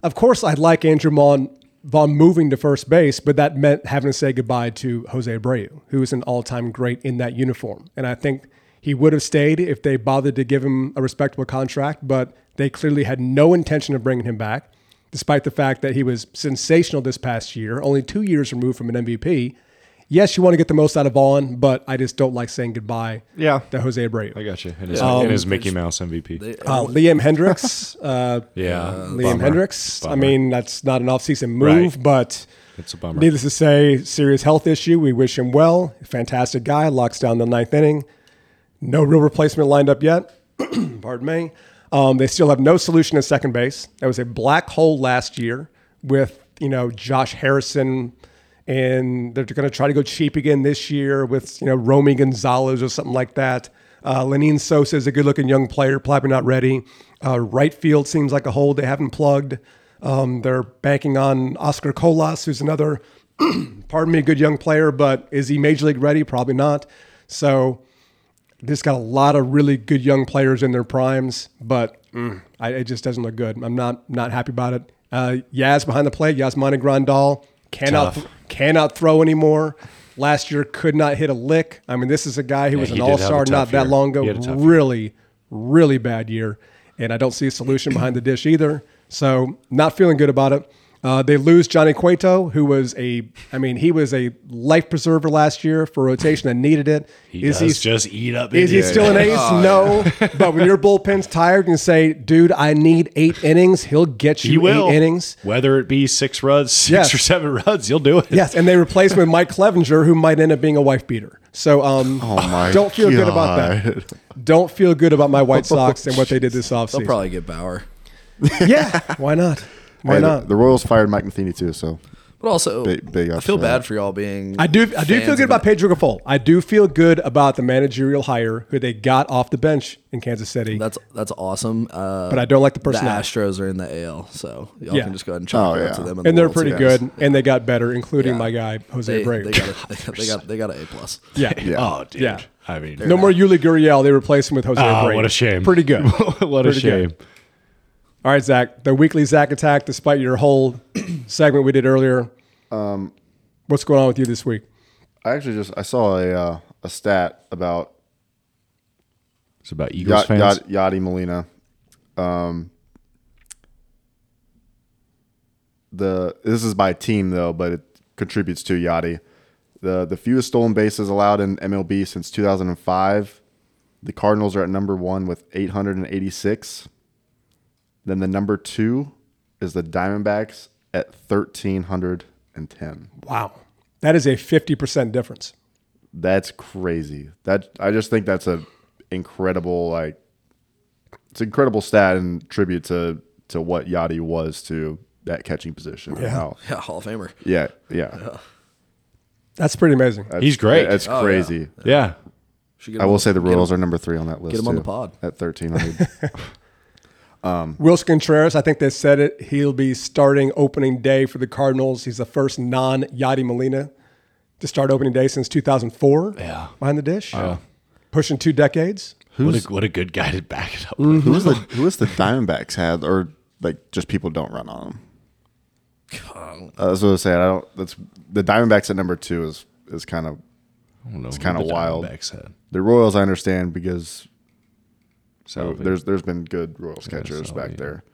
Of course, I'd like Andrew Mon- Vaughn moving to first base, but that meant having to say goodbye to Jose Abreu, who is an all time great in that uniform. And I think he would have stayed if they bothered to give him a respectable contract, but they clearly had no intention of bringing him back, despite the fact that he was sensational this past year, only two years removed from an MVP. Yes, you want to get the most out of Vaughn, but I just don't like saying goodbye
Yeah.
to Jose Abreu.
I got you. And his, and his Mickey Mouse MVP.
They-
Uh, Liam
[laughs]
Hendricks, uh,
yeah.
Liam
bummer.
Hendricks. I
Bummer.
mean, that's not an offseason move,
Right.
but
It's a bummer.
needless to say, serious health issue. We wish him well. Fantastic guy. Locks down the ninth inning. No real replacement lined up yet. Pardon me. Um, they still have no solution at second base. That was a black hole last year with you know Josh Harrison, and they're going to try to go cheap again this year with you know Romy Gonzalez or something like that. Uh, Lenin Sosa is a good-looking young player, probably not ready. Uh, right field seems like a hole they haven't plugged. Um, they're banking on Oscar Colas, who's another pardon me, a good young player, but is he major league ready? Probably not. So this got a lot of really good young players in their primes, but mm, I, it just doesn't look good. I'm not not happy about it. Uh, Yaz behind the plate, Yasmani Grandal cannot
Tough.
cannot throw anymore. Last year could not hit a lick. I mean, this is a guy who was an
he did have a
all star
tough
not that
year.
long ago.
He had a tough year.
Really, really bad year, and I don't see a solution behind the dish either. So not feeling good about it. Uh, they lose Johnny Cueto, who was a, I mean, he was a life preserver last year for rotation and needed it.
he
Is
does
he
just Oh, eat up.
is he
innings.
still an
[laughs]
ace? no. But when your bullpen's tired and say, dude, I need eight innings, he'll get you
He will.
eight innings.
Whether it be six runs, six
Yes.
or seven runs, he'll do it.
Yes, and they replace him with Mike Clevenger, who might end up being a wife beater. So um, [sighs]
Oh
don't feel good about that.
God.
Don't feel good about my White Sox and what they did this
[laughs]
they'll
offseason.
probably get Bauer.
yeah, why not? Why
Hey, the-
not?
The Royals fired Mike Matheny too, so
But also,
Big- big
I feel
upset.
bad for y'all being.
I do. I do
fans
feel
of
good about
it.
Pedro Gaffol. I do feel good about the managerial hire who they got off the bench in Kansas City.
That's that's awesome. Uh,
but I don't like the
the
personality.
Astros are in the AL, so y'all
Yeah.
can just go ahead and chalk
Oh,
it up
yeah.
to them. in
and
the
they're
World
pretty
Series.
good, and they got better, including
Yeah.
my guy Jose
They,
Abreu.
they got a, they got they got an A plus.
yeah.
[laughs] Oh, dude.
Yeah.
I mean,
No more Yuli Gurriel. They replaced him with Jose
Ah,
Abreu.
what a shame.
Pretty good. All
[laughs] what a
Pretty
shame.
good. right, Zach. The weekly Zach attack. Despite your whole [clears throat] segment we did earlier, um, what's going on with you this week?
I actually just I saw a uh, a stat about
It's about Eagles
Yachty
fans.
Yachty Molina. Um, the this is by team though, but it contributes to Yachty. the The fewest stolen bases allowed in MLB since 2005. The Cardinals are at number one with 886. Then the number two is the Diamondbacks at 1310.
Wow, that is a fifty percent difference.
That's crazy. That I just think that's a incredible like it's an incredible stat and tribute to to what Yachty was to that catching position. Yeah.
[laughs] Yeah, Hall of Famer.
yeah, yeah.
That's pretty amazing.
That's-
He's great.
That's crazy.
yeah.
Should get
I
him
will
on-
say the
get Oh, him-
Royals are number three on that list.
him on the
too,
pod.
at thirteen
[laughs]
hundred.
Wilson Contreras, I think they said it. He'll be starting opening day for the Cardinals. He's the first non Yachty Molina to start opening day since 2004.
Yeah.
Behind the dish.
Oh.
Pushing two decades.
What a, what a good guy to back it up.
Mm-hmm.
with.
who was the who was the Diamondbacks had or like just people don't run on them. Uh, that's what I was saying. I don't. That's the Diamondbacks at number two is is kind of
I don't know. It's
kinda wild. the Royals. I understand because So there's there's been good Royals catchers
Salvi,
back
yeah.
there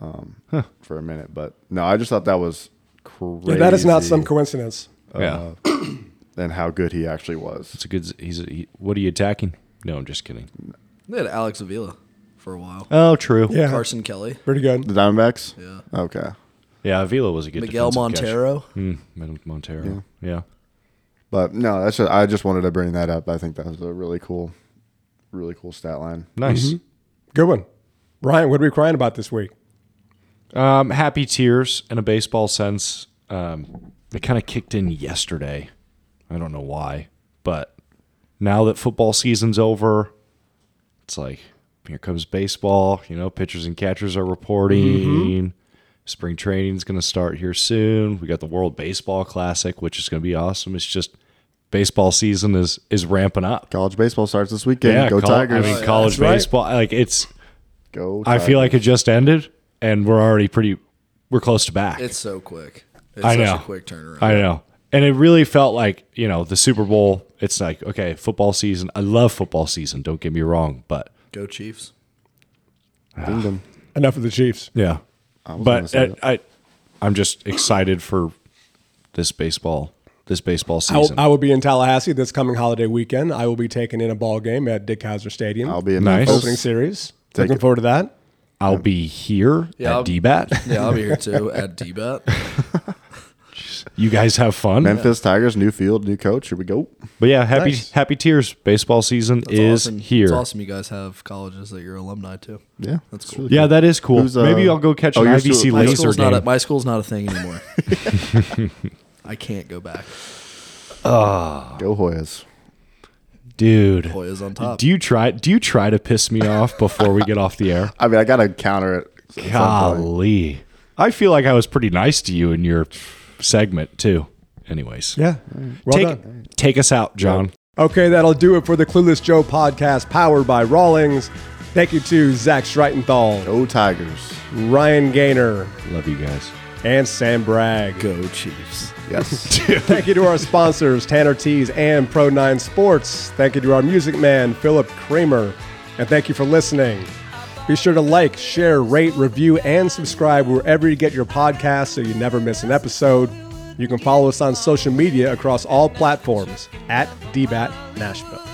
um, for a minute, but no, I just thought that was crazy.
Yeah, that is not some coincidence.
uh,
yeah.
and how good he actually was.
It's a good. He's. A, he, what are you attacking? No, I'm just kidding.
They had Alex Avila for a while.
Oh, true.
Yeah.
Carson Kelly,
Pretty
The
good.
Diamondbacks.
Yeah.
Okay.
Yeah. Avila was a good.
Miguel
defensive catcher.
Montero.
Hmm, Miguel Montero. Yeah.
But no, that's just, I just wanted to bring that up. I think that was a really cool, really cool stat line.
Nice.
Good one. Ryan, what are we crying about this week?
Um, happy tears in a baseball sense. Um, they kind of kicked in yesterday. I don't know why, but now that football season's over, it's like here comes baseball. You know, pitchers and catchers are reporting. Spring training's going to start here soon. We got the World Baseball Classic, which is going to be awesome. It's just baseball season is is ramping up.
College baseball starts this weekend. Go
col-
Tigers.
I mean, college
right.
baseball, like it's.
Go.
I
Tigers.
feel like it just ended, and we're already pretty. We're close to back.
It's so quick. It's
I know.
Such a quick turnaround.
I know. And it really felt like, you know, the Super Bowl, it's like, okay, football season. I love football season, don't get me wrong, but
Go Chiefs.
[sighs]
Kingdom.
Enough of the Chiefs.
yeah.
was gonna
But
say
I, I I'm just excited for this baseball this baseball
I will,
season.
I will be in Tallahassee this coming holiday weekend. I will be taking in a ball game at Dick Hauser Stadium.
I'll be in
Nice.
Memphis.
opening series.
Take
Looking
it.
forward to that.
I'll be here
Yeah, I'll-
at D Bat.
Yeah, I'll be here too at DBET.
you guys have fun.
Memphis Tigers, new field, new coach. Here we go.
But yeah, happy
Nice.
happy tears. Baseball season
It's
is
awesome.
here.
It's awesome you guys have colleges that you're alumni to.
Yeah,
That's
it's
cool.
really
Yeah, that is cool.
Who's, uh,
Maybe I'll go catch
oh,
an
you're
IBC
still-
My
laser
school's, not a,
game.
my school's not a thing anymore. I can't go back.
Go Hoyas.
Dude.
Hoya's on top.
Do you try do you try to piss me off before we get off the air?
I mean, I gotta counter it. [laughs] at some point.
Golly. I feel like I was pretty nice to you in your segment too. Anyways.
Yeah. Well
take
done.
take us out, John.
Okay, that'll do it for the Clueless Joe podcast powered by Rawlings. Thank you to Zach Schreitenthal,
Go Tigers.
Ryan Gaynor,
Love you guys.
and Sam Bragg.
Go Chiefs.
Yes.
Thank you to our sponsors, Tanner Tees and Pro9 Sports. Thank you to our music man, Philip Kramer. And thank you for listening. Be sure to like, share, rate, review, and subscribe wherever you get your podcasts so you never miss an episode. You can follow us on social media across all platforms at DBAT Nashville.